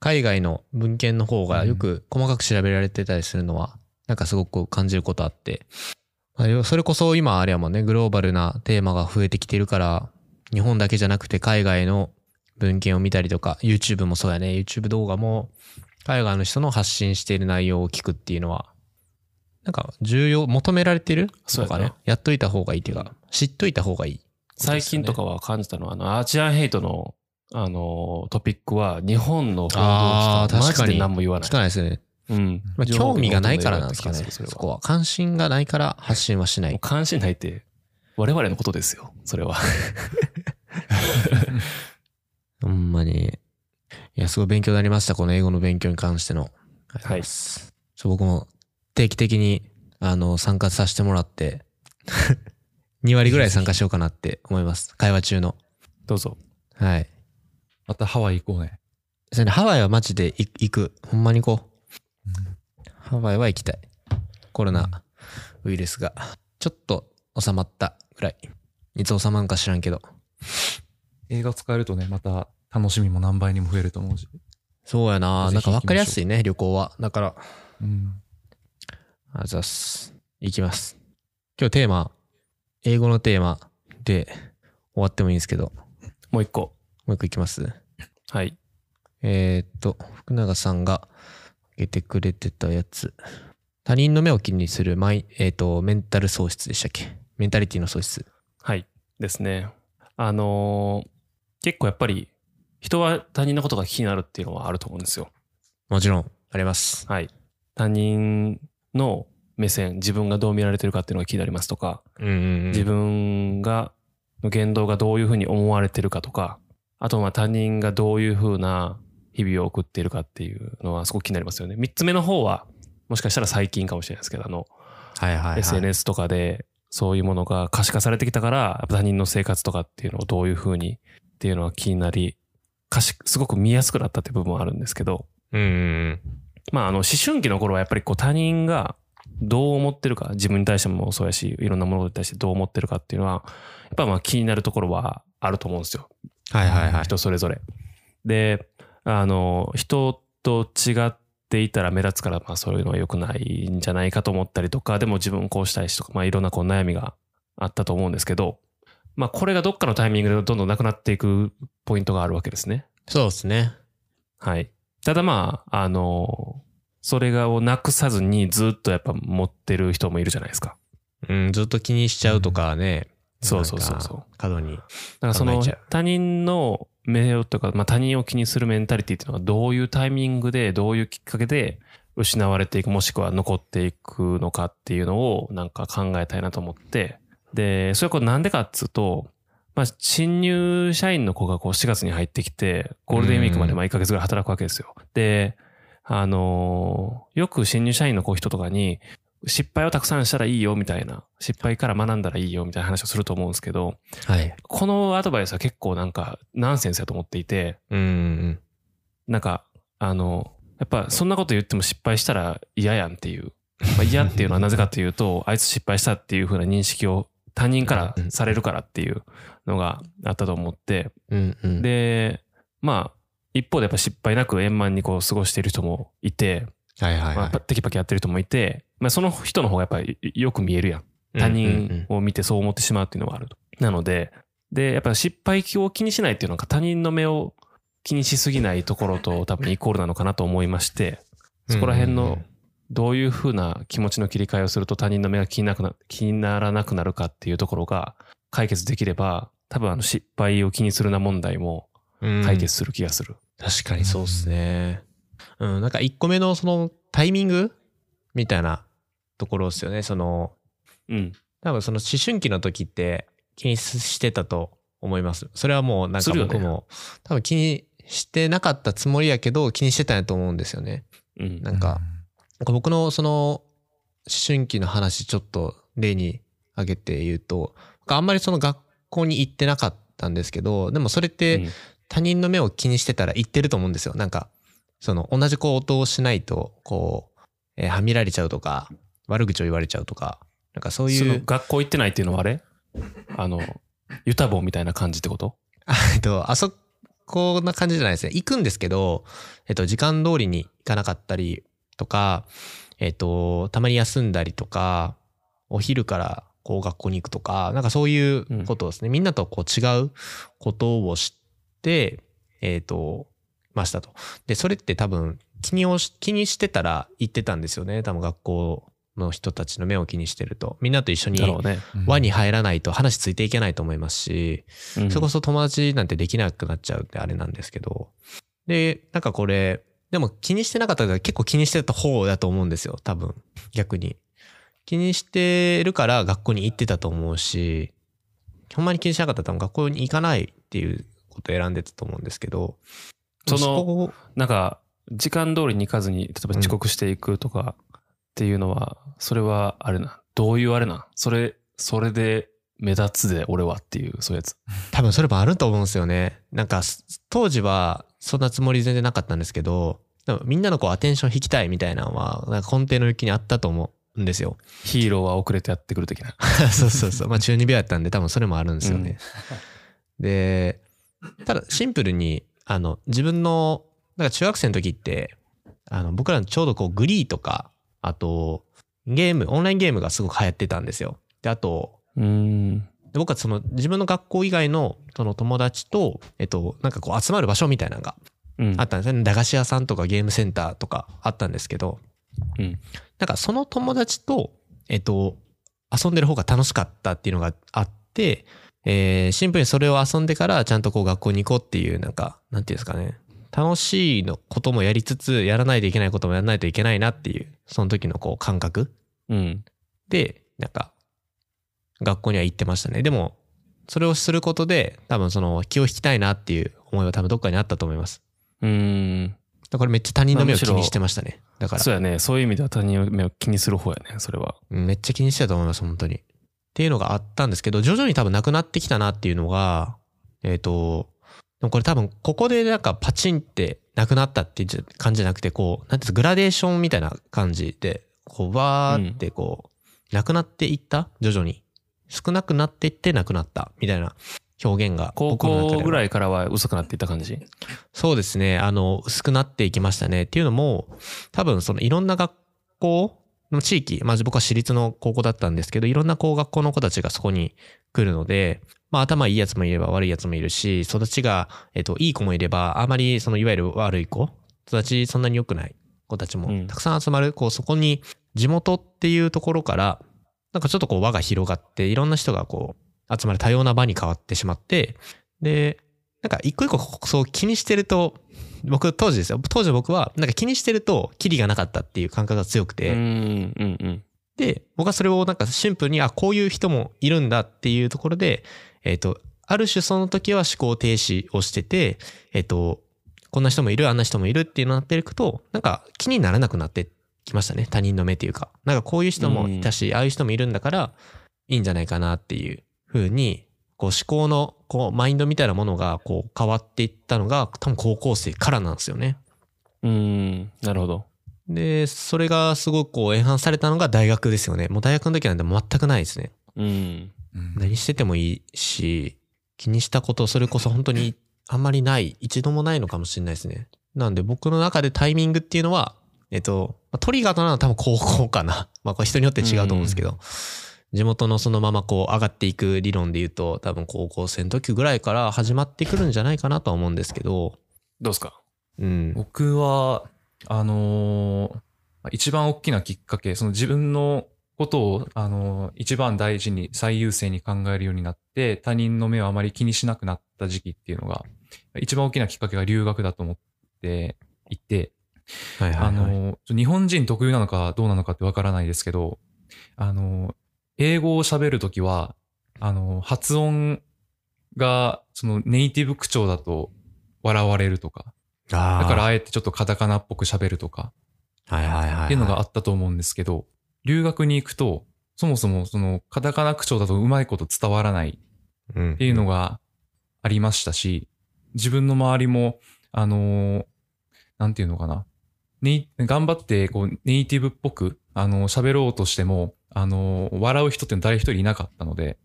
B: 海外の文献の方がよく細かく調べられてたりするのは、なんかすごく感じることあって、まあよそれこそ今あれやもんね、グローバルなテーマが増えてきてるから、日本だけじゃなくて海外の文献を見たりとか、YouTube もそうやね、YouTube 動画も海外の人の発信している内容を聞くっていうのは、なんか重要、求められてる
C: そう
B: と
C: やね
B: かね、やっといた方がいいっていうか、知っといた方がいい。
C: 最近とかは感じたのは、あの、アジアンヘイトの、あの、トピックは、日本の報道
B: あー
C: 機関マ
B: 確か
C: ジ
B: に
C: で何も言わない
B: 聞。かないですよね。
C: うん
B: まあ、興味がないからなんですかね、
C: 情報源
B: そ
C: のほとんど
B: こは。
C: 言われた気がるそれは
B: 関心がないから発信はしな
C: もう
B: い。
C: 関心ないって、我々のことですよ、それは。
B: ほんまに。いや、すごい勉強になりました、この英語の勉強に関しての。
C: はい
B: ちょ僕も定期的に、あの、参加させてもらって、2割ぐらい参加しようかなって思います。会話中の。
C: どうぞ。
B: はい。
D: またハワイ行こうね。
B: それねハワイはマジでい行く。ほんまに行こう。ハワイは行きたい。コロナウイルスが、ちょっと収まったぐらい。いつ収まるか知らんけど。
D: 映画を使えるとね、また楽しみも何倍にも増えると思うし。
B: そうやな。な
D: ぜ
B: ん
D: ひ
B: か
D: 行きましょう
B: 分かりやすいね、旅行は。だから、
D: うん。
B: あざっす。行きます。今日テーマ、英語のテーマで終わってもいいんですけど、
C: もう一個。
B: もう一個行きます。
C: はい。
B: えー、っと、福永さんが挙げてくれてたやつ。他人の目を気にするマイ、えーっと、メンタル喪失でしたっけメンタリティの喪失。
C: はい。ですね。あのー結構やっぱり、人は他人のことが気になるっていうのはあると思うんですよ。
B: もちろん、あります。
C: はい。他人の目線、自分がどう見られてるかっていうのが気になりますとか、
B: うんうんうん。
C: 自分が、の言動がどういうふうに思われてるかとか、あとまあ他人がどういうふうな日々を送っているかっていうのはすごく気になりますよね。三つ目の方は、もしかしたら最近かもしれないですけど、あの、
B: はいはい、はい。
C: SNS とかでそういうものが可視化されてきたから、やっぱ他人の生活とかっていうのをどういうふうにっていうのは気になり、可視すごく見やすくなったっていう部分はあるんですけど、
B: うんうん
C: まあ、あの、思春期の頃はやっぱりこう他人がどう思ってるか、自分に対してもそうやし、いろんなものに対してどう思ってるかっていうのは、やっぱまあ気になるところはあると思うんですよ。
B: うん。はいはいはい。
C: 人それぞれ。で、あの、人と違っていたら目立つから、まあそういうのは良くないんじゃないかと思ったりとか、でも自分こうしたいしとか、まあいろんなこう悩みがあったと思うんですけど、まあこれがどっかのタイミングでどんどんなくなっていくポイントがあるわけですね。
B: そうですね。
C: はい。ただまあ、あの、それがをなくさずにずっとやっぱ持ってる人もいるじゃないですか。
B: うん、ずっと気にしちゃうとかね。
C: うんそうそうそうそう
B: なんか。過度に。
C: だからその
B: 考えちゃう
C: 他人の目をとか、まあ、他人を気にするメンタリティっていうのがどういうタイミングで、どういうきっかけで失われていく、もしくは残っていくのかっていうのをなんか考えたいなと思って。で、それはこれなんでかっつうと、まあ、新入社員の子がこう4月に入ってきて、ゴールデンウィークまでまあ1ヶ月ぐらい働くわけですよ。で、あのーよく新入社員の子人とかに、失敗をたくさんしたらいいよみたいな、失敗から学んだらいいよみたいな話をすると思うんですけど、
B: はい。
C: このアドバイスは結構なんかナンセンスやと思っていて、
B: うんうん
C: なんか、あの、やっぱそんなこと言っても失敗したら嫌やんっていう。まあ、嫌っていうのはなぜかというと、 あいつ失敗したっていう風な認識を他人からされるからっていうのがあったと思って、
B: うん。うんうん。
C: で、まあ、一方でやっぱ失敗なく円満にこう過ごしている人もいて、
B: はいはい
C: まあ
B: は
C: やっぱテキパキやってる人もいて、まあその人の方がやっぱりよく見えるやん。
B: い。
C: 他
B: うんうん
C: 人を見てそう思ってしまうっていうのはあると。なので、で、やっぱ失敗を気にしないっていうのが他人の目を気にしすぎないところ と多分イコールなのかなと思いまして、そこら辺
B: うんうんう
C: の
B: ん
C: どういうふうな気持ちの切り替えをすると他人の目が気になくな気にならなくなるかっていうところが解決できれば、多分あの失敗を気にするな問題も
B: うん
C: 解決する気がする。
B: 確かにそうっすね。うん、なんか1個目のそのタイミングみたいなところですよね。その、
C: うん。
B: 多分その思春期の時って気にしてたと思います。それはもうなん
C: す
B: か
C: るよね
B: 僕も、多分気にしてなかったつもりやけど気にしてたんやと思うんですよね。
C: うん
B: なんか、なんか僕のその思春期の話ちょっと例に挙げて言うとあんまりその学校に行ってなかったんですけどでもそれっ
C: う
B: て
C: ん
B: 他人の目を気にしてたら行ってると思うんですよなんかその同じことをしないとこう、えーはみられちゃうとか悪口を言われちゃうとかなんかそう
C: そ
B: い
C: の
B: う
C: 学校行ってないっていうのはあれあの、ユタボみたいな感じってこと
B: あえっとあそこな感じじゃないですね行くんですけど、えっと、時間通りに行かなかったりとかえっと、たまに休んだりとか、お昼からこう学校に行くとか、なんかそういうことをですね、みんなとこう違うことをして、えっと、ましたと。で、それって多分気にをし、気にしてたら行ってたんですよね。多分学校の人たちの目を気にしてると。みんなと一緒に
C: だろうね。
B: 輪に入らないと話ついていけないと思いますし、
C: うん
B: それこそ友達なんてできなくなっちゃうってあれなんですけど。で、なんかこれ、でも気にしてなかったけど結構気にしてた方だと思うんですよ、多分。逆に。気にしてるから学校に行ってたと思うし、ほんまに気にしなかったら多分学校に行かないっていうことを選んでたと思うんですけど、
C: その
B: こを
C: なんか、時間通りに行かずに、例えば遅刻していくとかっていうのは、それはあれな。どういうあれな。それ、それで目立つで俺はっていう、そういうやつ。
B: 多分それもあると思うんですよね。なんかす当時はそんなつもり全然なかったんですけど、でもみんなのこうアテンション引きたいみたいなのはなんか根底の雪にあったと思うんですよ。
C: ヒーローは遅れてやってくる的な。
B: そうそうそう。まあ中二病やったんで多分それもあるんですよね。で、ただシンプルに、あの、自分の、なんか中学生の時って、あの、僕らちょうどこうグリーとか、あと、ゲーム、オンラインゲームがすごく流行ってたんですよ。で、あと、
C: うーん。
B: で僕はその自分の学校以外のその友達と、えっと、なんかこう集まる場所みたいなのが
C: うん
B: あったんですね。駄菓子屋さんとかゲームセンターとかあったんですけど、
C: うん
B: なんかその友達と、えっと、遊んでる方が楽しかったっていうのがあって、えー、シンプルにそれを遊んでからちゃんとこう学校に行こうっていう、なんか、なんていうんですかね。楽しいのこともやりつつ、やらないといけないこともやらないといけないなっていう、その時のこう感覚
C: うん。
B: で、なんか、学校には行ってましたね。でも、それをすることで、多分その気を引きたいなっていう思いは多分どっかにあったと思います。
C: うーん。
B: だからめっちゃ他人の目を
C: まあむし
B: 気
C: ろ
B: にしてましたね。だから
C: そう、やね。そういう意味では他人の目を気にする方やね。それは。
B: うんめっちゃ気にしてたと思います、本当に。っていうのがあったんですけど、徐々に多分なくなってきたなっていうのが、えっ、と、でもこれ多分ここでなんかパチンってなくなったっていう感じじゃなくて、こう、なんていうんですかグラデーションみたいな感じで、こう、わーってこう、なくなっていった徐々に。少なくなっていってなくなったみたいな表現が。
C: 高
B: 僕の中で
C: 校
B: は
C: ぐらいからは薄くなっていった感じ。
B: そうですね。あの、薄くなっていきましたね。っていうのも、多分そのいろんな学校の地域、まあ僕は私立の高校だったんですけど、いろんなこう学校の子たちがそこに来るので、まあ頭いいやつもいれば悪いやつもいるし、育ちが、えっと、いい子もいれば、あまりそのいわゆる悪い子、育ちそんなに良くない子たち
C: う
B: も
C: ん
B: たくさん集まる、こうそこに地元っていうところから、なんかちょっとこう輪が広がって、いろんな人がこう集まる多様な場に変わってしまって、で、なんか一個一個こうそう気にしてると、僕当時ですよ。当時僕はなんか気にしてるとキリがなかったっていう感覚が強く
C: う
B: て、
C: ーん。うんうん。
B: で、僕はそれをなんかシンプルに、あ、こういう人もいるんだっていうところで、えっ、と、ある種その時は思考停止をしてて、えっ、と、こんな人もいる、あんな人もいるっていうのになっていくと、なんか気にならなくなってきましたね。他人の目っていうか。なんかこういう人もいたし、ああいう人もいるんだから、いいんじゃないかなっていうふうに、こう思考の、こう、マインドみたいなものが、こう、変わっていったのが、多分高校生からなんですよね。
C: うーん。なるほど。
B: で、それがすごくこう、エンハンスされたのが大学ですよね。もう大学の時なんて全くないですね。
C: うん。
D: うん
B: 何しててもいいし、気にしたこと、それこそ本当にあんまりない、一度もないのかもしれないですね。なんで僕の中でタイミングっていうのは、えっと、まあトリガーとなるのは多分高校かな。 まあこれ人によって違うと思うんですけど、地元のそのままこう上がっていく理論で言うと、多分高校生の時ぐらいから始まってくるんじゃないかなとは思うんですけど、
C: どうすか
B: うん。
D: 僕は、あのー一番大きなきっかけ、その自分のことを、あのー一番大事に、最優先に考えるようになって、他人の目をあまり気にしなくなった時期っていうのが、一番大きなきっかけが留学だと思っていて、
B: はいはい、はい。
D: あの、日本人特有なのかどうなのかってわからないですけど、あの、英語を喋るときは、あの、発音が、そのネイティブ口調だと笑われるとか、
B: あ
D: だ
B: だ
D: か
B: から
D: らあえてちょっとカタカナっぽく喋るとか、
B: はいはいはい、
D: っていうのがあったと思うんですけど、留学に行くと、そもそもそのカタカナ口調だとうまいこと伝わらない
B: っ
D: っていうのがありましたし、自分の周りも、あのーなんていうのかな。ネイ頑張ってこうネイティブっぽく、あのー喋ろうとしても、あのー笑う人っていうのは誰一人いなかったので、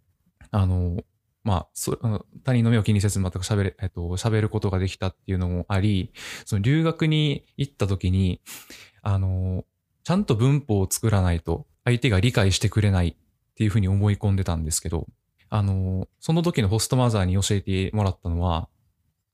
D: あのーまあ、そあの他人の目を気にせず全く喋れ、えっと、喋ることができたっていうのもあり、その留学に行った時に、あのーちゃんと文法を作らないと相手が理解してくれないっていうふうに思い込んでたんですけど、あの、その時のホストマザーに教えてもらったのは、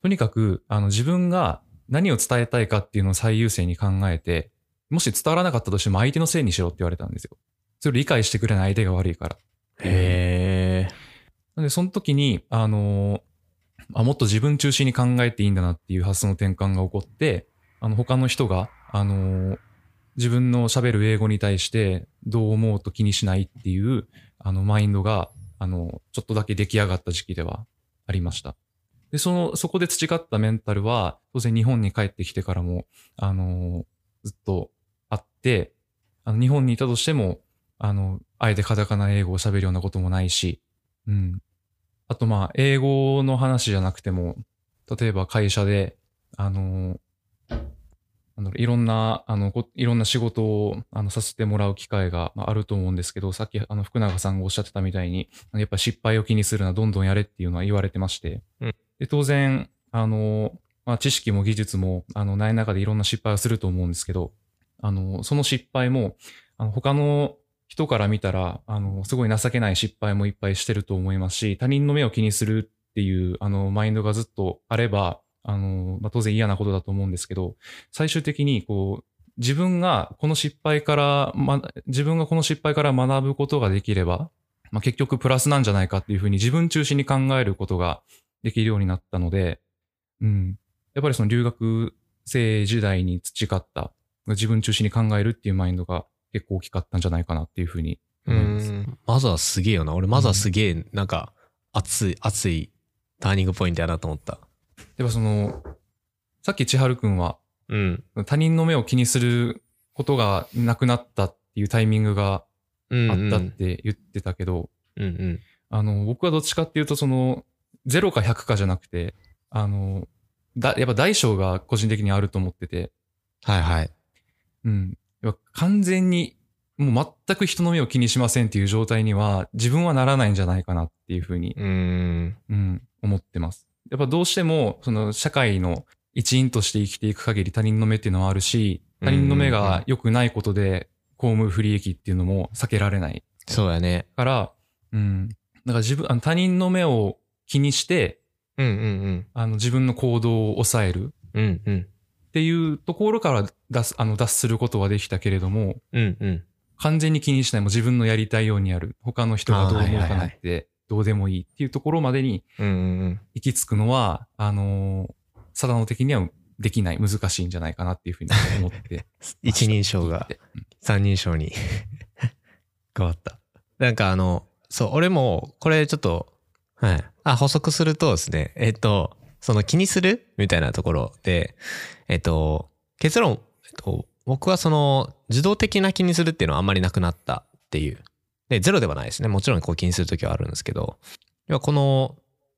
D: とにかく、あの、自分が何を伝えたいかっていうのを最優先に考えて、もし伝わらなかったとしても相手のせいにしろって言われたんですよ。それを理解してくれない相手が悪いから。
B: へえ
D: なんで、その時に、あのあ、もっと自分中心に考えていいんだなっていう発想の転換が起こって、あの、他の人が、あの自分の喋る英語に対してどう思うと気にしないっていう、あの、マインドが、あの、ちょっとだけ出来上がった時期ではありました。で、その、そこで培ったメンタルは、当然日本に帰ってきてからも、あのずっとあって、あの、日本にいたとしても、あの、あえてカタカナ英語を喋るようなこともないし、うん。あとまあ、英語の話じゃなくても、例えば会社で、あのなんだろういろんな、あの、こいろんな仕事を、あの、させてもらう機会がまああると思うんですけど、さっき、あの、福永さんがおっしゃってたみたいに、あのやっぱ失敗を気にするな、どんどんやれっていうのは言われてまして、
B: うん
D: で、当然、あのまあ、知識も技術も、あの、ない中でいろんな失敗をすると思うんですけど、あのその失敗も、あの、他の人から見たら、あの、すごい情けない失敗もいっぱいしてると思いますし、他人の目を気にするっていう、あの、マインドがずっとあれば、あの、まあ、当然嫌なことだと思うんですけど、最終的に、こう、自分がこの失敗から、ま、自分がこの失敗から学ぶことができれば、まあ、結局プラスなんじゃないかっていうふうに自分中心に考えることができるようになったので、うん。やっぱりその留学生時代に培った、自分中心に考えるっていうマインドが結構大きかったんじゃないかなっていうふうに
B: う
D: 思います。
B: んマザーすげえよな俺マザーすげえなんか熱い熱いターニングポイントやなと思った
D: やっぱその、さっき千春くんは
B: うん
D: 他人の目を気にすることがなくなったっていうタイミングが
B: うん
D: あ
B: うん
D: ったって言ってたけど、
B: うんうん
D: あの、僕はどっちかっていうとその、0か100かじゃなくて、あの、だ、やっぱ大小が個人的にあると思ってて、
B: はいはい
D: うん。やっぱ完全に、もう全く人の目を気にしませんっていう状態には自分はならないんじゃないかなっていうふうに
B: うん
D: うん、思ってます。やっぱどうしても、その社会の一員として生きていく限り他人の目っていうのはあるし、他人の目が良くないことで被る不利益っていうのも避けられない
B: そうやね
D: から、うん。だから自分、あの他人の目を気にして、
B: うんうん
D: あの自分の行動を抑える
B: うんうんうん
D: っていうところから脱す、あの脱することはできたけれども、
B: うんうん
D: 完全に気にしない、もう自分のやりたいようにやる。他の人がどう思うかなんて、どうでもいいっていうところまでに
B: うんうんうん
D: 行き着くのは、あのー、定野的にはできない、難しいんじゃないかなっていうふうに 思って。
B: 一人称が三人称に 変わった。なんかあの、そう、俺も、これちょっと、はい。あ、補足するとですね、えっと、その気にするみたいなところで、えっと、結論、えっと、僕はその、自動的な気にするっていうのはあんまりなくなったっていう。で、ゼロではないですね。もちろんこう気にするときはあるんですけど、要はこの、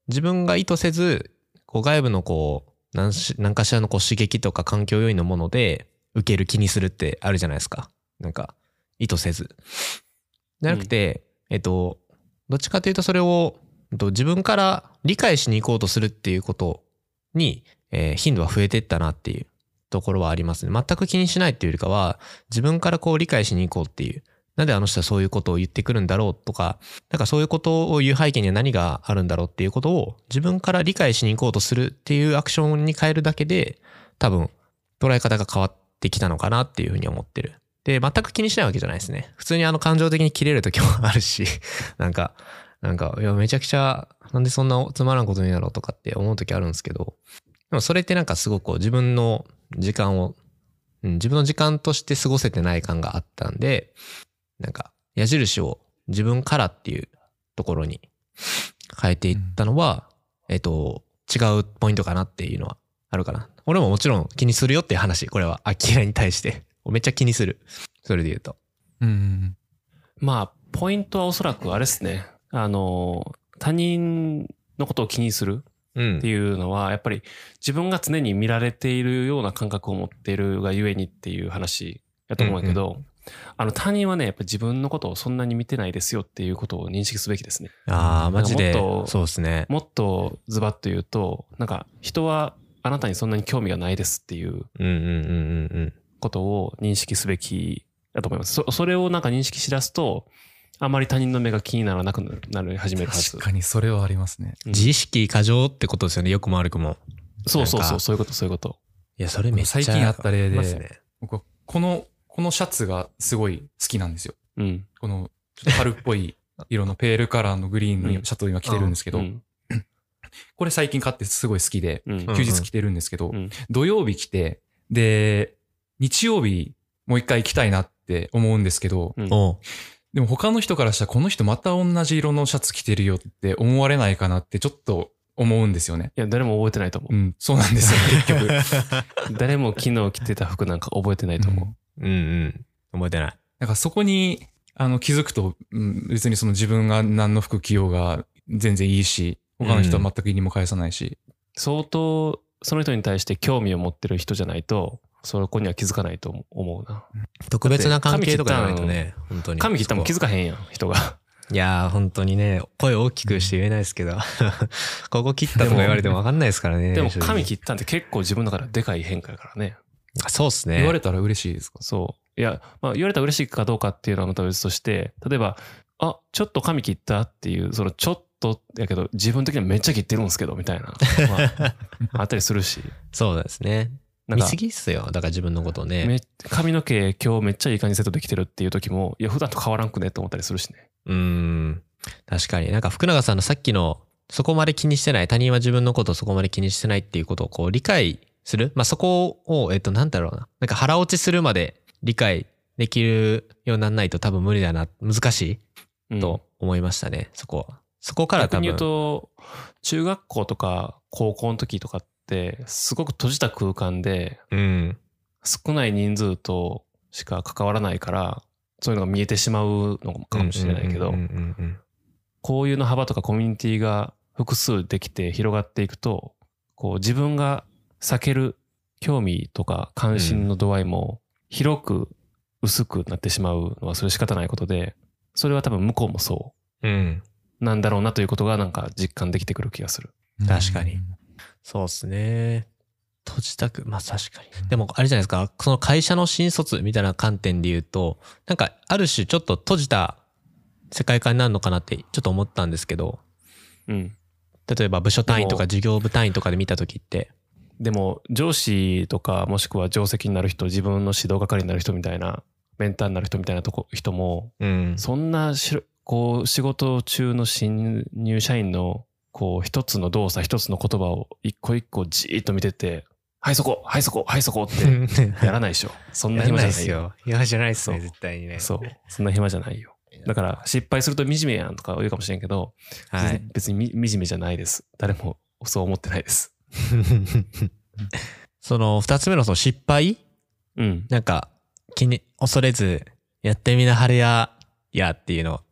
B: 自分が意図せず、こう外部のこう、何し何かしらのこう刺激とか環境要因のもので、受ける気にするってあるじゃないですか。なんか、意図せず。じゃなくて、えっと、どっちかというとそれを、えっと自分から理解しに行こうとするっていうことに、えー頻度は増えてったなっていうところはありますね。全く気にしないっていうよりかは、自分からこう理解しに行こうっていう。なんであの人はそういうことを言ってくるんだろうとか、なんかそういうことを言う背景には何があるんだろうっていうことを自分から理解しに行こうとするっていうアクションに変えるだけで、多分捉え方が変わってきたのかなっていうふうに思ってる。で、全く気にしないわけじゃないですね。普通にあの感情的に切れる時もあるし、なんか、なんか、いや、めちゃくちゃ、なんでそんなつまらんことになろうとかって思う時あるんですけど、でもそれってなんかすごくこう自分の時間を、うん、自分の時間として過ごせてない感があったんで、なんか、矢印を自分からっていうところに変えていったのは、えっと、違うポイントかなっていうのはあるかな。俺ももちろん気にするよっていう話、これは、アキラに対して。めっちゃ気にする。それで言うと。
D: うん。
C: まあ、ポイントはおそらくあれですね。あの、他人のことを気にする
B: う
C: っ
B: ん。
C: ていうのは、やっぱり自分が常に見られているような感覚を持っているがゆえにっていう話やと思うんやけど、あの他人はね、やっぱ自分のことをそんなに見てないですよっていうことを認識すべきですね。
B: ああ、マジで
C: なんかもっ、と
B: そうですね。
C: もっとズバッと言うと、なんか人はあなたにそんなに興味がないですっていう
B: うんうんうんうんうん。
C: ことを認識すべきだと思います。そそれをなんか認識しだすと、あまり他人の目が気にならなくなるなり始めるはず
D: 確。かにそれはありますね。
C: うん
B: 自意識過剰ってことですよね。よくも悪くも。
C: そうそう
B: なん
C: そう、
B: か
C: そういうこと、そういうこと。
B: いや、それめっちゃ
D: 最近あった例
B: あ
D: で
B: りますね
D: 僕はこの、このシャツがすごい好きなんですよ。
C: うん。
D: この、ちょっと春っぽ い色のペールカラーのグリーンのシャツを今着てるんですけど、
C: うん
D: これ最近買ってすごい好きで、
C: うん
B: うん
D: 休日着てるんですけど、
C: うん
D: 土曜日着て、で、日曜日もう一回着たいなって思うんですけど、
C: うん
B: おう
D: でも他の人からしたらこの人また同じ色のシャツ着てるよって思われないかなってちょっと思うんですよね。
C: いや、誰も覚えてないと思
D: うん、そうなんですよ、 結局。
C: う。誰も昨日着てた服なんか覚えてないと思う。
B: うんうん。覚えてない。
D: なんかそこにあの気づくと、うん別にその自分が何の服着ようが全然いいし、他の人は全く意にも返さないし。
C: 相当、その人に対して興味を持ってる人じゃないと、そこには気づかないと思うな。
B: 特別な関係とかじゃないとね、本当に。
C: 髪切ったも気
B: そこ
C: づかへんやん、人が。
B: いやー、本当にね、声大きくして言えないですけど、 ここ切ったとか言われても分かんないですからね。
C: でも
B: 正直
C: 髪切ったんって結構自分の中ででかい変化やからね。
B: あそうっすね。
D: 言 われたら嬉しいですか
C: そう。いや、まあ、言われたら嬉しいかどうかっていうのはまた別として、例えば、あ、ちょっと髪切ったっていう、そのちょっとやけど、自分的にはめっちゃ切ってるんですけど、みたいな。まあ、あったりするし。
B: そうですね。
C: なん
B: 見
C: か
B: すぎっすよ。だから自分のことをね。
C: め髪の毛今日めっちゃいい感じにセットできてるっていう時もいや普段と変わらんくねと思ったりするしね
B: うーん。確かに。なんか福永さんのさっきの、そこまで気にしてない。他人は自分のことをそこまで気にしてないっていうことをこう理解する。まあそこを、えっと、なんだろうな。なんか腹落ちするまで理解できるようにならないと多分無理だな。難し
C: うん
B: いと思いましたね。そこは。そこから
C: 逆
B: 多
C: に言う
B: 分。
C: と中学校とか高校の時とかってすごく閉じた空間で
B: うん。
C: 少ない人数としか関わらないからそういうのが見えてしまうのかもしれないけ
B: う
C: ど
B: んうんうん
C: 交友の幅とかコミュニティが複数できて広がっていくとこう自分が避ける興味とか関心の度合いも広く薄くなってしまうのはそれ仕方ないことでそれは多分向こうもそ
B: うん。うん。
C: うなんだろうなということがなんか実感できてくる気がする。
B: 確かにそうっすね。閉じたく、まあ確かに。でもあれじゃないですか、その会社の新卒みたいな観点で言うと、なんかある種ちょっと閉じた世界観になるのかなってちょっと思ったんですけど、
C: うん、
B: 例えば部署単位と
C: で
B: か
C: も
B: 事業部単位とかで見た時って、
C: でも上司とかもしくは上席になる人自分の指導係になる人みたいなメンターになる人みたいなとこ人も
B: うん
C: そんなしろこう仕事中の新入社員のこう一つの動作一つの言葉を一個一個じーっと見てて「はいそこはいそこはいそこ」って やらないでしょそんな暇じゃないよ。
B: よ。嫌じゃないっ
C: すね
B: 絶対にね
C: そうそんな暇じゃないよだから失敗すると惨めやんとか言うかもしれんけど、
B: はい。
C: 別にみ惨めじゃないです誰もそう思ってないです
B: その二つ目のその失敗
C: うん
B: なんか、気に、恐れず、やってみなはれや、やっていうの。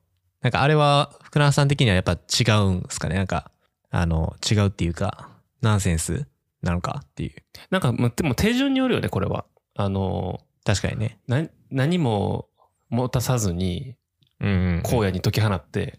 B: なんかあれは、福永さん的にはやっぱ違うんですかねなんか、あの、違うっていうか、ナンセンスなのかっていう。
C: なんかまあでも手順によるよねこれはあの
B: 確かにね。
C: な何も持たさずに
B: うん、
C: 荒野に解き放って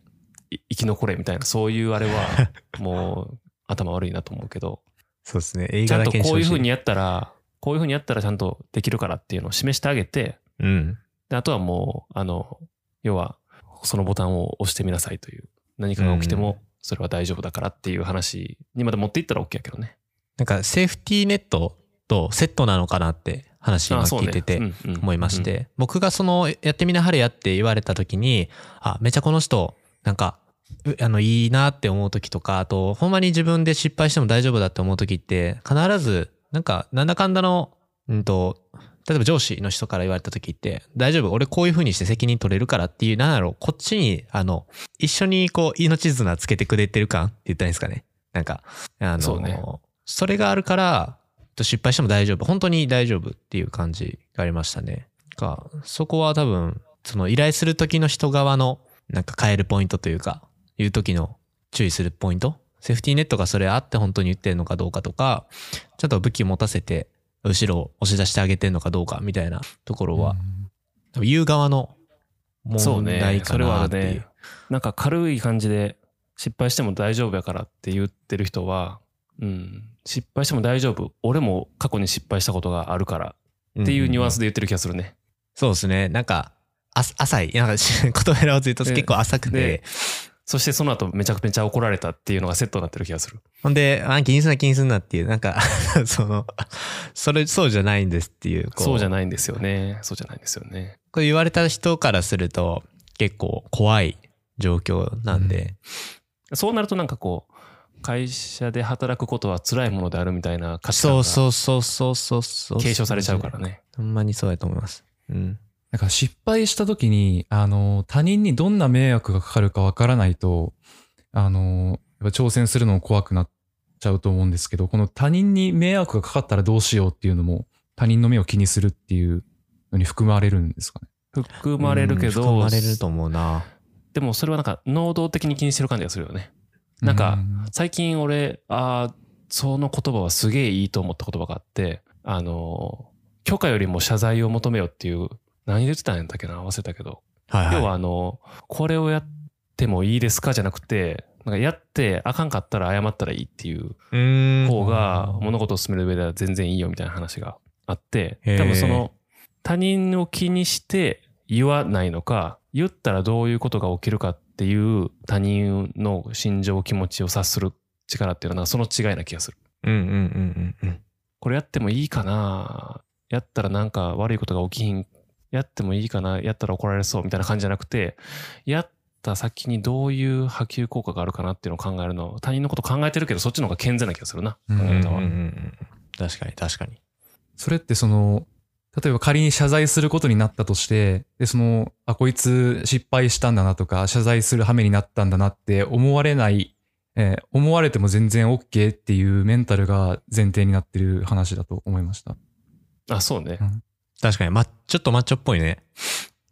C: い生き残れみたいなそういうあ れはもう頭悪いなと思うけど
B: そうですね。映
C: ちゃ
B: 画だ
C: んと
B: けにして
C: こ
B: ほ
C: うい
B: し
C: うふうに。やったらこういうふうにやったらちゃんとできるからっていうのを示してあげて
B: うん。
C: であとはもうあの要はそのボタンを押してみなさいという何かが起きてもそれは大丈夫だからっていう話にまで持っていったら OK やけどね。
B: なんか、セーフティーネットとセットなのかなって話今
C: あそう
B: 聞い
C: ね
B: てて。
C: うんうん
B: 思いまして、僕がそのやってみなはれやって言われた時にあめちゃこの人なんかうあのいいなって思う時とかあとほんまに自分で失敗しても大丈夫だって思う時って必ずなんかなんだかんだのうんと例えば上司の人から言われた時って大丈夫俺こういう風にして責任取れるからっていうなんだろうこっちにあの一緒にこう命綱つけてくれてる感って言ったらいいんですかねなんか、あの、
C: そう
B: そ,、
C: ね
B: れがあるから、失敗しても大丈夫。本当に大丈夫っていう感じがありましたね。かそこは多分、その依頼する時の人側の、なんか変えるポイントというか、いう時の注意するポイント。セーフティーネットがそれあって本当に言ってるのかどうかとか、ちょっと武器持たせて、後ろを押し出してあげてるのかどうかみたいなところは、多分言う側の
C: そう
B: 問題
C: ね。
B: か
C: それは
B: なっていう。
C: ね、なんか軽い感じで失敗しても大丈夫やからって言ってる人は、うん、失敗しても大丈夫。俺も過去に失敗したことがあるからっていうニュアンスで言ってる気がするね。
B: そうですね。なんか、あ浅い。なんか、 言葉をずっと
C: で
B: 結構浅く
C: で
B: て。
C: そしてその後めちゃくちゃ怒られたっていうのがセットになってる気がする。
B: ほんで、あ、気にすんな気にすんなっていう、なんか、 その、それ、そうじゃないんですっていう。こ
C: そうじゃ
B: ない。
C: ないんですよね。そうじゃないんですよね。
B: こう言われた人からすると、結構怖い状況なんで。
C: そうなるとなんかこう、会社で働くことは辛いものであるみたいな価値観
B: そう
C: が
B: そうそうそうそうそう。
C: 継承されちゃうから。ね。
B: ほんまにそうやと思います。うん。
D: なんか失敗した時に、あの、他人にどんな迷惑がかかるかわからないと、あの、やっぱ挑戦するのも怖くなっちゃうと思うんですけど、この他人に迷惑がかかったらどうしようっていうのも、他人の目を気にするっていうのに含まれるんですかね。
C: 含まれるけど、
B: うん含まれると思うな。
C: でもそれはなんか能動的に気にしてる感じがするよね。なんか
D: うん
C: 最近俺、ああ、その言葉はすげえいいと思った言葉があって、あのー、許可よりも謝罪を求めよっていう、何で言ってたんだっけな、忘れたけど。
B: はいはい。
C: 要はあの、これをやってもいいですかじゃなくて、なんかやってあかんかったら謝ったらいいっていう
B: うーん。
C: 方が物事を進める上では全然いいよみたいな話があって、
B: へー
C: 多分その他人を気にして言わないのか、言ったらどういうことが起きるかっていう他人の心情、気持ちを察する力っていうのはその違いな気がする。
B: うんうんうんうんうん。
C: これやってもいいかなやったらなんか悪いことが起きひん。やってもいいかなやったら怒られそうみたいな感じじゃなくて、やった先にどういう波及効果があるかなっていうのを考えるの。他人のこと考えてるけど、そっちの方が健全な気がするな。
D: うん
C: 考
B: うんう
C: え
B: ん
C: 方
B: うんう
C: は。
B: ん。確かに確かに。
D: それってその、例えば仮に謝罪することになったとして、で、その、あ、こいつ失敗したんだなとか、謝罪する羽目になったんだなって思われない、えー思われても全然 OK っていうメンタルが前提になってる話だと思いました。
C: あ、そうね。
B: 確かに、ま、ちょっとマッチョっぽいね。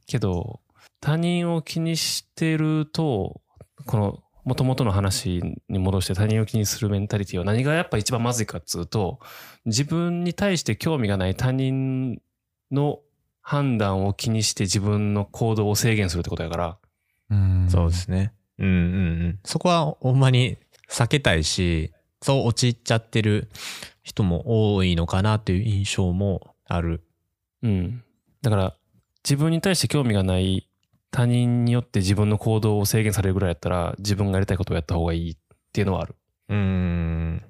C: けど、他人を気にしてると、この、元々の話に戻して他人を気にするメンタリティは何がやっぱ一番まずいかっつうと、自分に対して興味がない他人の判断を気にして自分の行動を制限するってことやから、
D: うん
B: そうで。すね。うんうんうん。そこはほんまに避けたいし、そう陥っちゃってる人も多いのかなという印象もある。
C: うん。だから、自分に対して興味がない他人によって自分の行動を制限されるぐらいやったら、自分がやりたいことをやった方がいいっていうのはある。
B: うーん。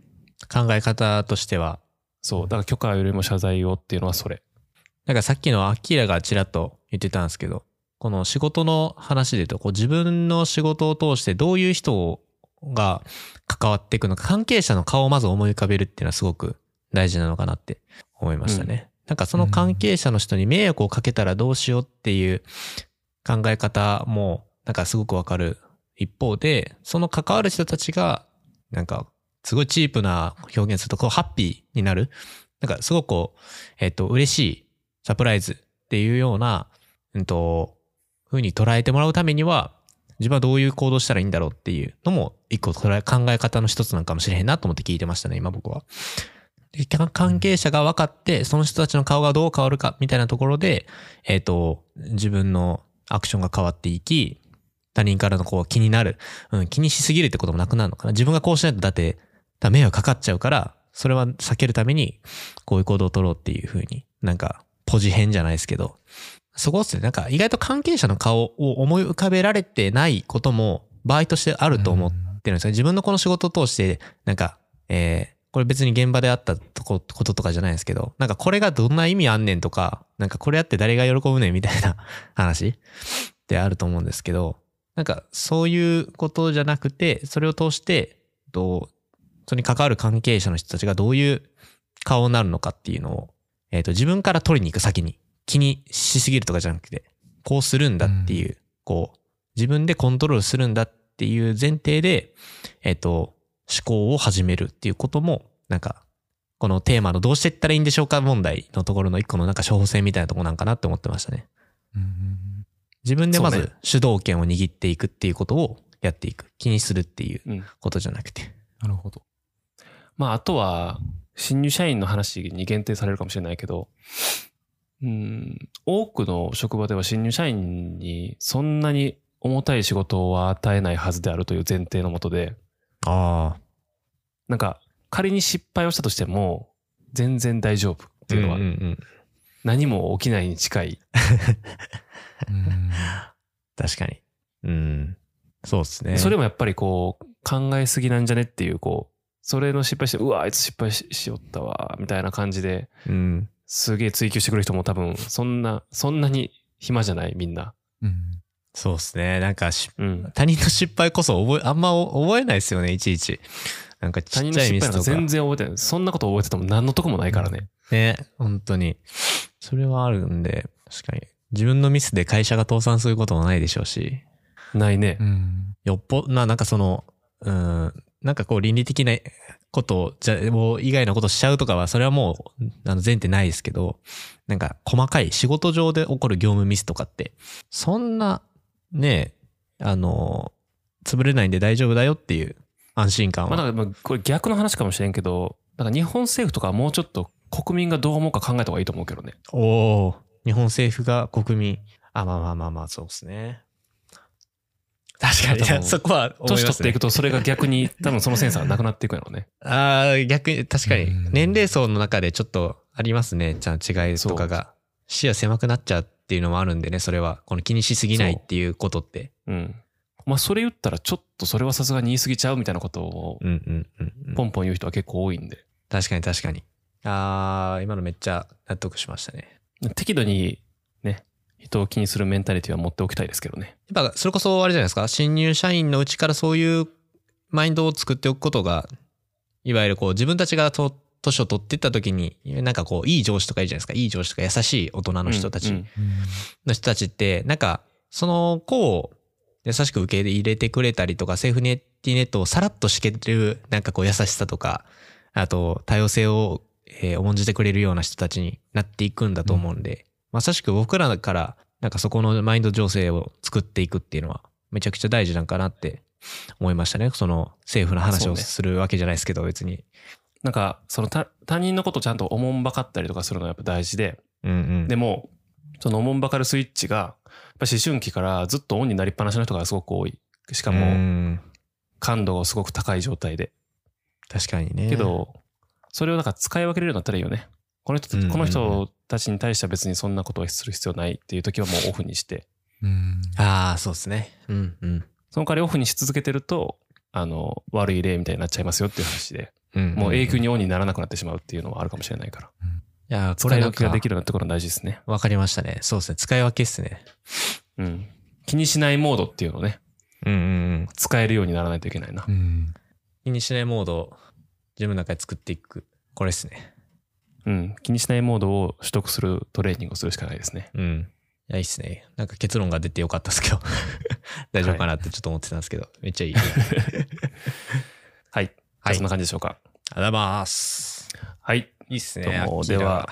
B: 考え方としては。
C: そう。だから許可よりも謝罪をっていうのはそれ。
B: なんかさっきのアキラがちらっと言ってたんですけど、この仕事の話で言うと、こう自分の仕事を通してどういう人が関わっていくのか、関係者の顔をまず思い浮かべるっていうのはすごく大事なのかなって思いましたね。なんかその関係者の人に迷惑をかけたらどうしようっていう考え方もなんかすごくわかる一方で、その関わる人たちがなんかすごいチープな表現するとこうハッピーになる。なんかすごくこう、えっ、と嬉しいサプライズっていうような、うんと、風に捉えてもらうためには、自分はどういう行動したらいいんだろうっていうのも、一個捉え考え方の一つなんかもしれへんなと思って聞いてましたね、今僕は。でか関係者が分かって、その人たちの顔がどう変わるかみたいなところで、えっ、と、自分のアクションが変わっていき、他人からのこう気になる、うん、気にしすぎるってこともなくなるのかな。自分がこうしないとだって、だ迷惑かかっちゃうから、それは避けるために、こういう行動を取ろうっていうふうに、なんか、ポジ編じゃないですけど、そこっすね。なんか、意外と関係者の顔を思い浮かべられてないことも、場合としてあると思っ
D: うん
B: ってるんですよ自分のこの仕事を通して、なんか、えーこれ別に現場であったとここととかじゃないんですけど、なんかこれがどんな意味あんねんとか、なんかこれやって誰が喜ぶねんみたいな話ってあると思うんですけど、なんかそういうことじゃなくて、それを通して、どう、それに関わる関係者の人たちがどういう顔になるのかっていうのを、えっ、と、自分から取りに行く先に気にしすぎるとかじゃなくて、こうするんだっていう、こう、自分でコントロールするんだっていう前提で、えっと、思考を始めるっていうことも、なんか、このテーマのどうしていったらいいんでしょうか問題のところの一個のなんか処方箋みたいなところなんかなって思ってましたね。
D: うん
B: 自分でま
C: そうね
B: ず主導権を握っていくっていうことをやっていく。気にするっていう
C: うん
B: ことじゃなくて。
D: なるほど。
C: まあ、あとは、新入社員の話に限定されるかもしれないけど、うん、多くの職場では新入社員にそんなに重たい仕事は与えないはずであるという前提のもとで、
B: ああ。
C: なんか、仮に失敗をしたとしても、全然大丈夫っていうのは
B: うん、うん。
C: 何も起きないに近い。
D: うん
B: 確かに。うん。そうですね。
C: それもやっぱりこう、考えすぎなんじゃねっていう、こう、それの失敗して、うわ、あいつ失敗ししよったわ、みたいな感じで、
B: うん。
C: すげえ追求してくる人も多分、そんな、そんなに暇じゃない、みんな。
D: うん
B: そうですね。なんかし、
C: うん。
B: 他人の失敗こそ覚え、あんま覚えないですよね、いちいち。なんかち
C: 他
B: っ
C: 人
B: ち
C: の
B: ゃい
C: 失
B: ミ
C: 敗
B: ス
C: なんか
B: とか。
C: 全然覚えてない。そんなこと覚えてても何のとこもないからね。
B: ね、本当に。それはあるんで、確かに。自分のミスで会社が倒産することもないでしょうし、
C: ないね
D: う。ん
B: よっぽ、な、なんかその、うん、なんかこう倫理的なことをじゃ、もう以外のことしちゃうとかは、それはもう、あの前提ないですけど、なんか細かい仕事上で起こる業務ミスとかって、そんな、ね、あの、潰れないんで大丈夫だよっていう安心感
C: まあ、だ
B: は。
C: からまあこれ逆の話かもしれんけど、だから日本政府とかはもうちょっと国民がどう思うか考えた方がいいと思うけどね。
B: おお日本政府が国民。あ、まあまあまあまあ、そうですね。確かに、い
C: 多
B: や
C: 分
B: そこは思います、ね。
C: 年取っていくとそれが逆 に多分そのセンサーがなくなっていくやろうね。
B: ああ、逆に、確かに
D: うん。
B: 年齢層の中でちょっとありますね。じゃあ違いとかが。視野狭くなっちゃうっていうのもあるんでね、それは。この気にしすぎないっていうことって。
C: うん。まあそれ言ったらちょっとそれはさすがに言い過ぎちゃうみたいなことを
B: うんうんうん、う
C: ポ
B: ん。
C: ンポン言う人は結構多いんで。
B: 確かに確かに。ああ、今のめっちゃ納得しましたね。
C: 適度にね、人を気にするメンタリティは持っておきたいですけどね。
B: やっぱ、それこそあれじゃないですか。新入社員のうちからそういうマインドを作っておくことが、いわゆるこう自分たちがと年を取っていった時に、なんかこう、いい上司とかいいじゃないですか。いい上司とか優しい大人の人たち
C: うんうん
D: うん
B: の人たちって、なんか、その子を優しく受け入れてくれたりとか、セーフネティネットをさらっと敷ける、なんかこう優しさとか、あと多様性を、えー重んじてくれるような人たちになっていくんだと思うんで、まさしく僕らから、なんかそこのマインド情勢を作っていくっていうのは、めちゃくちゃ大事なんかなって思いましたね。その政府の話
C: そう
B: を
C: ね
B: するわけじゃないですけど、別に。
C: なんか、その他他人のことちゃんとおもんばかったりとかするのはやっぱ大事で、
B: うんうん。
C: でも、そのおもんばかるスイッチが、やっぱ思春期からずっとオンになりっぱなしの人がすごく多い。しか
B: う
C: も、
B: ん
C: 感度がすごく高い状態で。
B: 確かにね。
C: け、ど、それをなんか使い分けれるようになったらいいよね。この人
B: うんうんう
C: た、
B: ん
C: この人たちに対しては別にそんなことをする必要ないっていう時はもうオフにして、
D: うん
B: ああ、そうですね。うんうん。
C: その代わりオフにし続けてると、あの、悪い例みたいになっちゃいますよっていう話で、
B: うんんん
C: もう永久にオンにならなくなってしまうっていうのはあるかもしれないから。
B: いやー、こ
C: 使
B: れ
C: い
B: な
C: 分
B: ん
C: け
B: か
C: ができるようになってくるのは大事ですね。
B: わかりましたね。そうですね。使い分けっすね。
C: うん。気にしないモードっていうのをね、
B: うんうんうん。
C: 使えるようにならないといけないな
D: う。ん
B: 気にしないモードを自分の中で作っていく。これっすね。
C: うん、気にしないモードを取得するトレーニングをするしかないですね。
B: うん。いや、いいっすね。なんか結論が出てよかったっすけど。 大丈夫かなってちょっと思ってたんですけど。めっちゃいい。ありがとう
C: はい。
B: は
C: じゃあ
B: い
C: そんな感じでしょうか。
B: ございます。
C: はい。
B: いいっすね。
C: どうも
B: アッキーラ
C: では。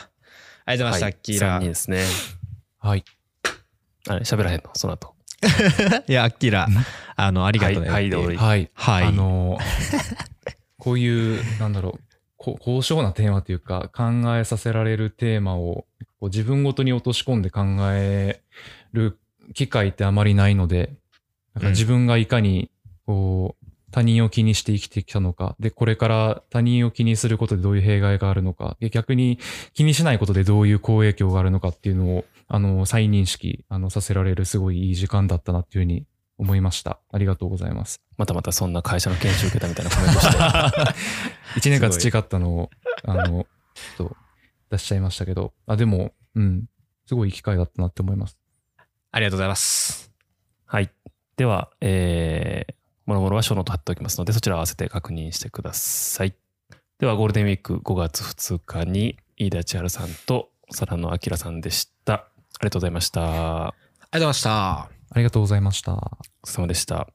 B: ありがとうございました、
C: は
B: ア
C: い
B: ッキーラ
C: 三人ですね。
D: はい。
C: あれ、喋らへんのその後。
B: いや、アッキーラ。あの、ありがとうね。
C: はいはいどうぞ
D: はい。
B: はい
D: あの、こういう、なんだろう、こ高尚なテーマというか、考えさせられるテーマをこう自分ごとに落とし込んで考える機会ってあまりないので、なんか
B: うん
D: 自分がいかに、こう、他人を気にして生きてきたのか、で、これから他人を気にすることでどういう弊害があるのか、で逆に気にしないことでどういう好影響があるのかっていうのを、あの、再認識、あの、させられるすごいいい時間だったなっていうふうに思いました。ありがとうございます。
C: またまたそんな会社の研修受けたみたいなコメントして。
D: 一年間培ったのを、あの、ちょっと出しちゃいましたけど、あ、でも、うん、すごいいい機会だったなって思います。
B: ありがとうございます。
C: はい。では、えー、もろもろはショーノート貼っておきますので、そちらを合わせて確認してください。では、ゴールデンウィーク5月2日に、飯田千春さんと空野明さんでした。ありがとうございました。
B: ありがとうございました。
D: ありがとうございました。
C: お疲れ様でした。